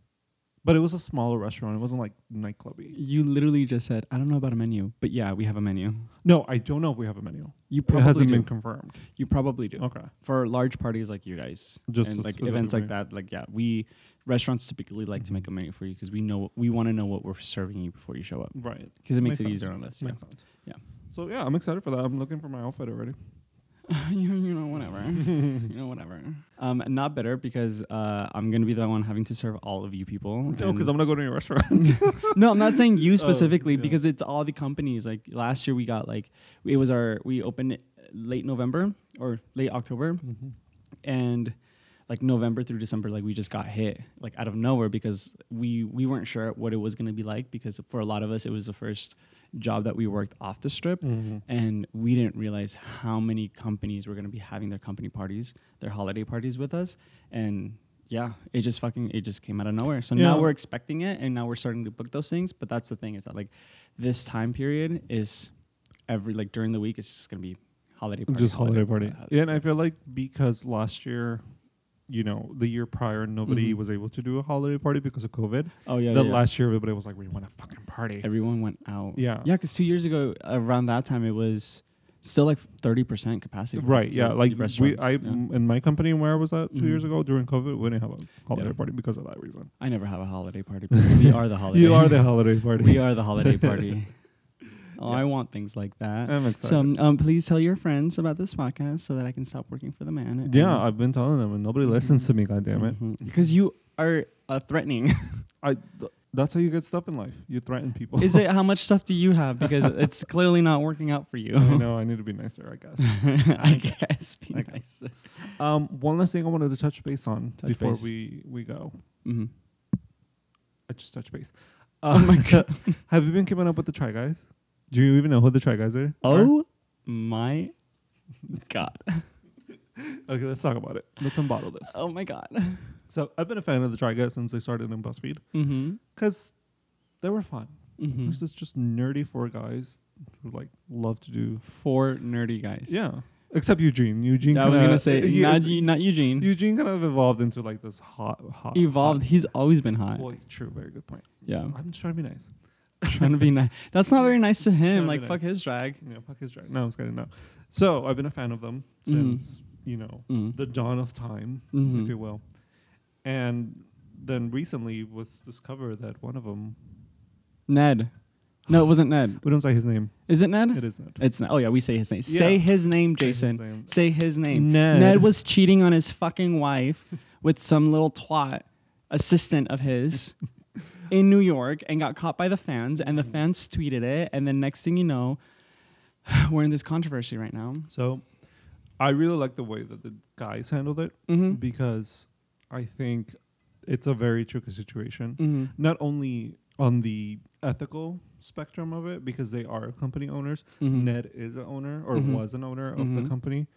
but it was a smaller restaurant. It wasn't like nightclubby.
You literally just said, "I don't know about a menu," but yeah, we have a menu.
No, I don't know if we have a menu.
You
it
probably
hasn't
do.
been confirmed.
You probably do.
Okay.
for large parties like you guys
Just
and like
specifically.
events like that like yeah we restaurants typically like to make a menu for you because we know we want to know what we're serving you before you show up
Right.
because it makes,
Makes
it
sense.
easier on us yeah.
Makes sense.
Yeah.
So yeah, I'm excited for that. I'm looking for my outfit already.
you, you know whatever you know whatever um not bitter because uh i'm gonna be the one having to serve all of you people
No, because
and-
I'm gonna go to your restaurant.
no, I'm not saying you
Oh,
specifically
yeah.
because it's all the companies. Like last year, we got like it was our we opened it late November or late October,
Mm-hmm.
and like November through December, like we just got hit like out of nowhere because we we weren't sure what it was gonna be like because for a lot of us, it was the first job that we worked off the strip.
Mm-hmm.
And we didn't realize how many companies were going to be having their company parties, their holiday parties with us. And yeah, it just fucking it just came out of nowhere. So now
Yeah.
we're expecting it and now we're starting to book those things, but that's the thing is that like this time period is every like during the week it's just going to be holiday party.
Just holiday party.
uh,
and I feel like because last year, you know, the year prior, nobody
Mhm.
was able to do a holiday party because of COVID.
Oh yeah.
then
yeah.
last year, everybody was like, "We want a fucking party."
everyone went out.
yeah.
Yeah, cuz 2 years ago around that time it was still like 30% capacity. for-
Right. Yeah.
for
Like we,
restaurants.
I,
Yeah.
m- in my company where I was at 2
Mhm.
years ago during COVID, we didn't have a holiday
Yeah.
party because of that reason.
I never have a holiday party because we are the holiday.
You are the holiday party.
We are the holiday party. oh,
Yeah.
I want things like that.
I'm excited.
So um, please tell your friends about this podcast so that I can stop working for the man.
yeah, I've been telling them, and nobody listens to me. God damn it!
Because you are uh, threatening.
I. Th- that's how you get stuff in life. You threaten people.
Is it how much stuff do you have? Because it's clearly not working out for you.
I know. I need to be nicer. I guess.
I guess. Be
I
nice.
um, one last thing I wanted to touch base on
Touch
before
base.
we we go.
Mhm.
I just touch base. Uh,
Oh my god.
Have you been keeping up with the Try Guys? Do you even know who the Try Guys are?
Oh my god.
Okay, let's talk about it. Let's unbottle this.
Oh my god.
So I've been a fan of the Try Guys since they started in BuzzFeed
Mm-hmm.
because they were fun.
Mm-hmm.
There's this just nerdy four guys who like love to do.
Four nerdy guys.
Yeah, except Eugene. Eugene.
I was
kinda-
gonna say
Yeah,
not Eu- not Eugene.
Eugene kind of evolved into like this hot, hot.
Evolved. He's always been hot.
Hot. Well, true. Very good point.
Yeah.
I'm just trying to be nice.
trying to be nice. That's not very nice to
Trying
him.
to
Like,
be
fuck
nice.
his drag.
You know, fuck his drag. No, I'm just kidding. No. So I've been a fan of them
Mhm.
since you know
Mm.
the dawn of time,
Mhm.
if you will. And then recently was discovered that one of them.
Ned. No, it wasn't Ned.
We don't say his name.
Is it Ned?
It isn't.
It's Ned. Oh, yeah, we say his name. Say
Yeah.
his name,
Say his
Jason.
name.
Say his name.
Ned.
was cheating on his fucking wife with some little twat assistant of his. in New York and got caught by the fans, and the fans tweeted it. And then next thing you know, we're in this controversy right now.
So I really like the way that the guys handled it
Mm-hmm.
because I think it's a very tricky situation.
mm-hmm.
Not only on the ethical spectrum of it, because they are company owners.
Mm-hmm.
Ned is an owner or
Mhm.
was an owner of
Mhm.
the company.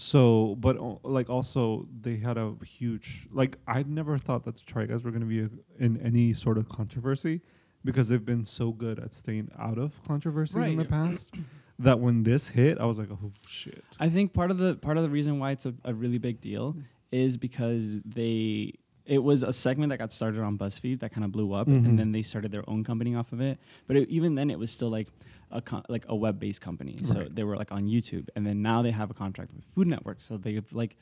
So, but al- like also they had a huge like I never thought that the Try Guys were going to be a, in any sort of controversy because they've been so good at staying out of controversies in the
Right.
past that when this hit, I was like, oh shit.
I think part of the part of the reason why it's a, a really big deal
Mm.
is because they it was a segment that got started on BuzzFeed that kind of blew up,
Mhm.
and then they started their own company off of it. But it, even then, it was still like a con- like a web based company, so
Right.
they were like on YouTube, and then now they have a contract with Food Network, so they've like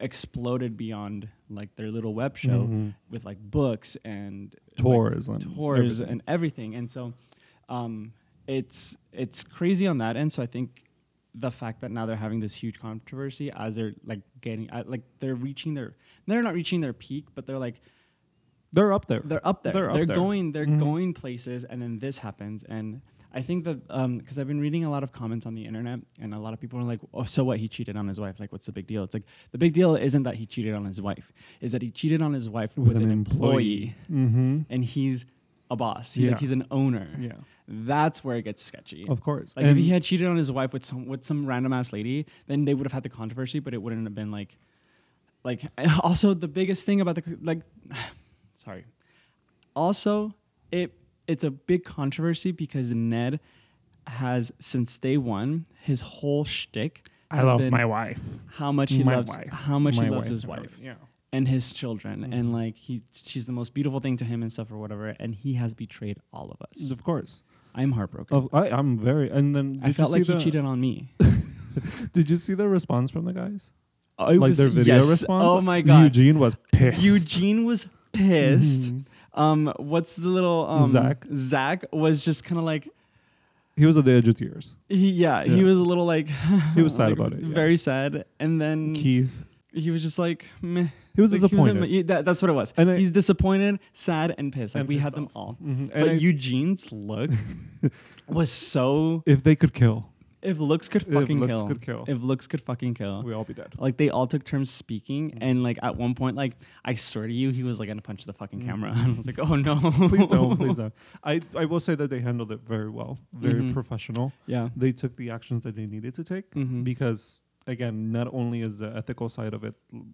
exploded beyond like their little web show
Mhm.
with like books and like,
tourism,
tours
everything.
and everything. And so um, it's it's crazy on that end. So I think the fact that now they're having this huge controversy as they're like getting uh, like they're reaching their they're not reaching their peak, but they're like
they're up there.
they're up there. They're,
They're up there.
going they're
Mhm.
going places, and then this happens and. I think that because I've been reading a lot of comments on the internet, and a lot of people are like, "Oh, so what? He cheated on his wife. Like, what's the big deal?" It's like the big deal isn't that he cheated on his wife; is that he cheated on his wife with, an, employee
Mm-hmm.
and he's a boss. He,
Yeah.
Like he's an owner.
Yeah,
That's where it gets sketchy.
of course.
like if he had cheated on his wife with some with some random ass lady, then they would have had the controversy, but it wouldn't have been like like also the biggest thing about the co- like sorry. Also, it it's a big controversy because Ned has since day one his whole shtick
I
has
love
been
my wife.
how much he
my
loves
wife.
how much
my
he loves his
and
wife
everything. Yeah.
and his children
Mhm.
and like he she's the most beautiful thing to him and stuff or whatever and he has betrayed all of us
Of course.
i'm heartbroken
Of, I, I'm very. And then Oh, did
i felt
you see
like he
the,
cheated on me
Did you see the response from the guys?
oh,
like their video
yes.
response.
oh my god
Eugene was pissed.
eugene was pissed
Mhm.
um what's the little um
Zach.
zach was just kind of like
He was at the edge of tears.
he, yeah, he
Yeah.
was a little like
He was sad
like,
about it, yeah.
very sad and then
Keith.
he was just like meh
He was
Like,
disappointed.
in- yeah, that- that's what it was
And I-
he's disappointed sad and pissed like
And
we
pissed
had them
off.
all
Mhm. And
but
I-
Eugene's look was so.
if they could kill,
If looks could fucking
looks
kill,
could kill.
if looks could fucking kill,
we all be dead.
like they all took turns speaking, and like at one point, like I swear to you, he was like gonna punch the fucking camera, and I was like, oh no,
Mm. please don't, please don't. I, I will say that they handled it very well, very
Mhm.
professional.
yeah,
They took the actions that they needed to take
Mhm.
because, again, not only is the ethical side of it mm,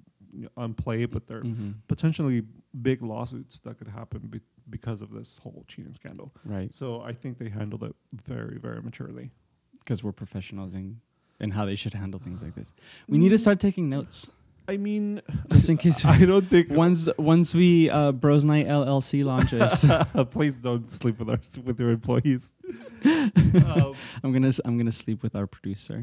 on play, but they're
Mhm.
potentially big lawsuits that could happen be- because of this whole cheating scandal.
right,
So I think they handled it very, very maturely.
because we're professionals in in how they should handle things like this. We need to start taking notes,
I mean,
just in case.
I don't think.
once once we uh, Bros Night LLC launches,
Please don't sleep with us with your employees. um,
I'm gonna s- I'm gonna sleep with our producer.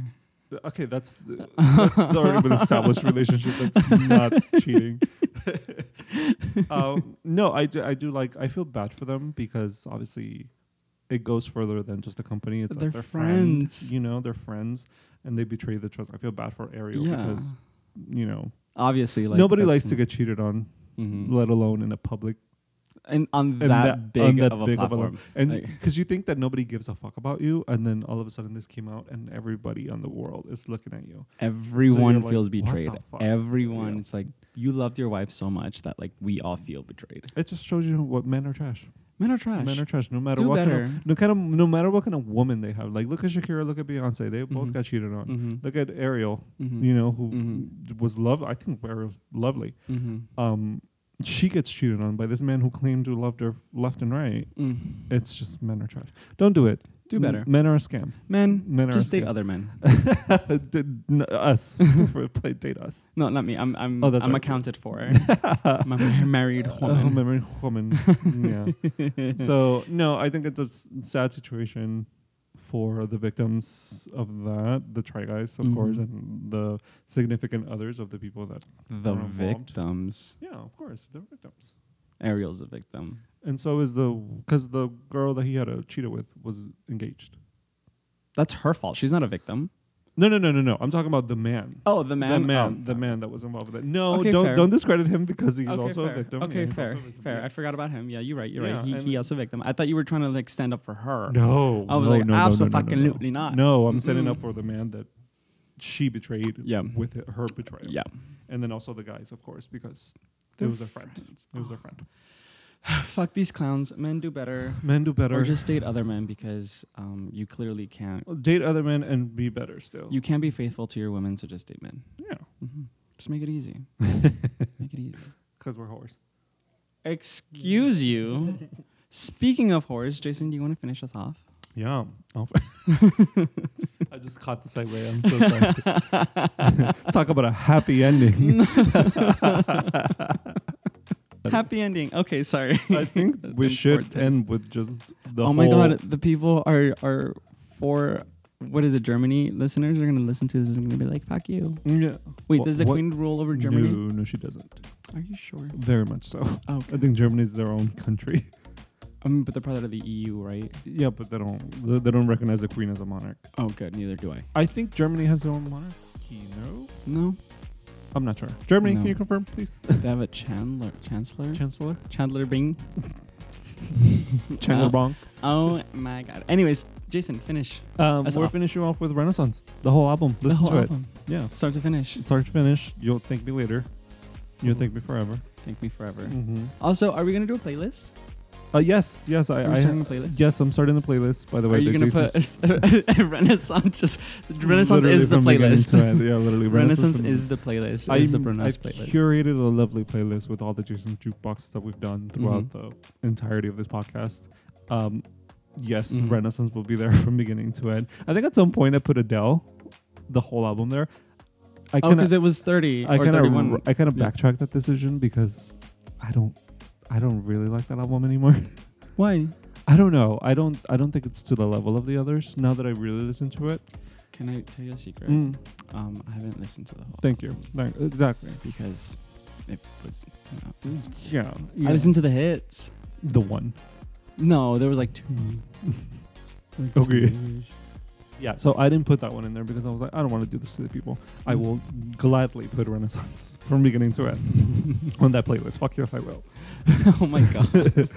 okay, that's that's already been established relationship. That's not cheating. um, no, I do, I do like. I feel bad for them because obviously, it goes further than just a company. It's
They're
like their friend,
friends.
You know, they're friends, and they betray the trust. I feel bad for Ariel
yeah,
because you know
obviously, like
nobody
that's-
likes to get cheated on,
Mhm.
let alone in a public
and on that,
and
big
on that
of a
big of a
platform.
lo- and
Like-
because you think that nobody gives a fuck about you, and then all of a sudden this came out, and everybody on the world is looking at you.
Everyone
like,
feels
"What the
betrayed.
fuck?"
Everyone,
Yeah.
it's like you loved your wife so much that like we all feel betrayed.
It just shows you what men are trash.
Men are trash.
Men are trash. No matter
Do
what,
better.
Kind of, no kind of, no matter what kind of woman they have. Like look at Shakira, look at Beyonce. They both
Mhm.
got cheated on.
Mhm.
Look at Ariel,
Mhm.
you know, who
Mhm.
was loved. I think Ariel's lovely.
Mhm.
Um, she gets cheated on by this man who claimed to love her left and right.
Mm.
It's just men are trash. Don't do it.
Do better.
M- men are a scam.
men.
Men are
just
a
date
scam.
other men.
Did- n- us. Play date us.
No, not me. I'm I'm
Oh, that's
I'm
right.
accounted for. I'm a mar- married
Oh,
woman.
married woman. yeah. So no, I think it's a s- sad situation for the victims of that, the try guys, of course,
Mhm.
and the significant others of the people that.
the
We're involved.
victims.
Yeah, of course, they're victims.
Ariel's a victim.
And so is the because the girl that he had a cheetah with was engaged.
That's her fault. She's not a victim.
No, no, no, no, no. I'm talking about the man.
Oh, the man.
the man,
Oh.
the man that was involved with it. No,
Okay,
don't
fair.
don't discredit him because he's
okay,
also
fair.
a victim.
Okay,
Yeah, he's
fair,
also a victim.
fair.
Yeah.
I forgot about him. Yeah, you're right. You're
Yeah,
right. He,
and-
he also victim. I thought you were trying to like stand up for her.
No,
I was
no,
like,
no, no, no, no, no, no.
abso-fucking-lutely not.
No, I'm setting
Mm-mm.
up for the man that she betrayed.
Yeah.
with it- her betrayal.
Yeah.
and then also the guys, of course, because it
They're
was a friend. It was a friend.
Fuck these clowns. Men do better.
Men do better.
Or just date other men because um, you clearly can't.
date other men and be better still.
You can't be faithful to your women, so just date men.
yeah,
hmm Just make it easy. make it easy.
because we're whores.
Excuse you. Speaking of whores, Jason, do you want to finish us off?
Yeah. Oh. I just caught the segue. I'm so sorry. Talk about a happy ending.
Happy ending. Okay, sorry.
I think
That's
we should
important.
end with just the
oh
whole
my god, the people are are for what is it, Germany? Listeners are gonna listen to this and gonna be like, fuck you.
Yeah.
Wait,
Wha-
does the
what-
queen rule over Germany?
No, no, she doesn't.
Are you sure?
Very much so.
Oh,
I
okay.
think Germany is their own country.
Um, but they're part of the EU, right?
Yeah, but they don't they they don't recognize the queen as a monarch.
Oh, good. Neither do I.
I think Germany has their own monarchy. No,
No,
I'm not sure. Germany,
No.
can you confirm, please?
they have a Chandler, Chancellor,
Chancellor
Chandler Bing.
Chandler
Wow.
Bong.
Oh my god. Anyways, Jason, finish
Um,
That's
we're
off.
finishing off with Renaissance, the whole album. Listen
the whole
to
album.
it. Yeah,
start to finish.
it's hard to finish. You'll thank me later. You'll thank me forever.
Thank me forever.
Mm-hmm.
Also, are we gonna do a playlist?
Uh, yes, yes, I.
Are we
I
starting a playlist?
yes, I'm starting the playlist. By the way,
Are you
the
gonna
Jason's-
put Renaissance? Just Renaissance
Literally
is the
from beginning
playlist.
to end. Yeah, literally.
Renaissance
from-
is the playlist.
I
is the Renaissance
I've
playlist.
curated a lovely playlist with all the Jason jukebox that we've done throughout
Mhm.
the entirety of this podcast. Um, yes,
Mhm.
Renaissance will be there from beginning to end. I think at some point I put Adele, the whole album there. I
oh,
kinda-
because it was thirty
I
or
kind
thirty-one.
of I kind of
Yeah.
backtracked that decision because I don't I don't really like that album anymore.
Why?
I don't know. I don't I don't think it's to the level of the others. Now that I really listen to it,
Can I tell you a secret?
Mm,
Um, I haven't listened to the whole
thank you. Thank- exactly.
because it was. you know, it was-
Yeah, yeah.
I listened to the hits.
the one.
No, there was like two. Like
Okay.
two.
Yeah, so I didn't put that one in there because I was like, I don't want to do this to the people.
Mm.
I will gladly put Renaissance from beginning to end on that playlist. Fuck yes, I will.
oh my god.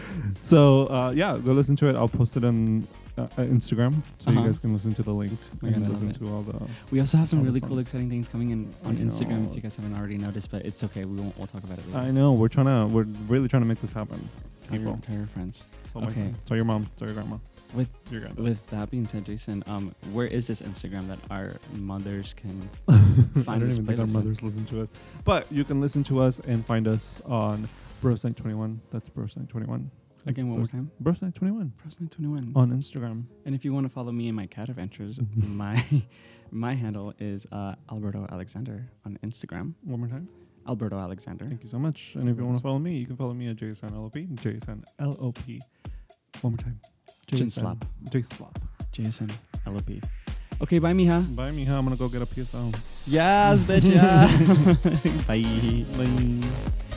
So uh, yeah, go listen to it. I'll post it on uh, uh, Instagram so
Uh-huh.
you guys can listen to the link
my God,
and
I love
listen
it.
to all the.
We also have some
All the
really cool,
songs.
exciting things coming in
I
on Instagram.
know.
If you guys haven't already noticed, but it's okay. We won't. We'll talk about it later.
I know we're trying to, we're really trying to make this happen.
Tell your,
April.
tell your friends.
Tell my
Okay.
friends, tell your mom, tell your grandma,
With
your grandma.
with that being said, Jason, um, where is this Instagram that our mothers can?
I
find
don't
this
even think our
playlist.
mothers listen to it, but you can listen to us and find us on Bros Night Twenty One. That's Bros Night Twenty One.
Again, one more time.
Bros Night Twenty One
Prosnite twenty one.
on Instagram.
And if you want to follow me and my cat adventures, my my handle is uh, Alberto Alexander on Instagram.
One more time.
Alberto Alexander.
Thank you so much. And if you want to follow me, you can follow me at JSNLOP. JSNLOP. One more time.
Chin
JSN.
slap.
JSlap.
Jason LOP. Okay, bye, mija.
Bye, Miha. I'm going to go get a PSL.
Yes, bitch. Yeah. bye.
Bye.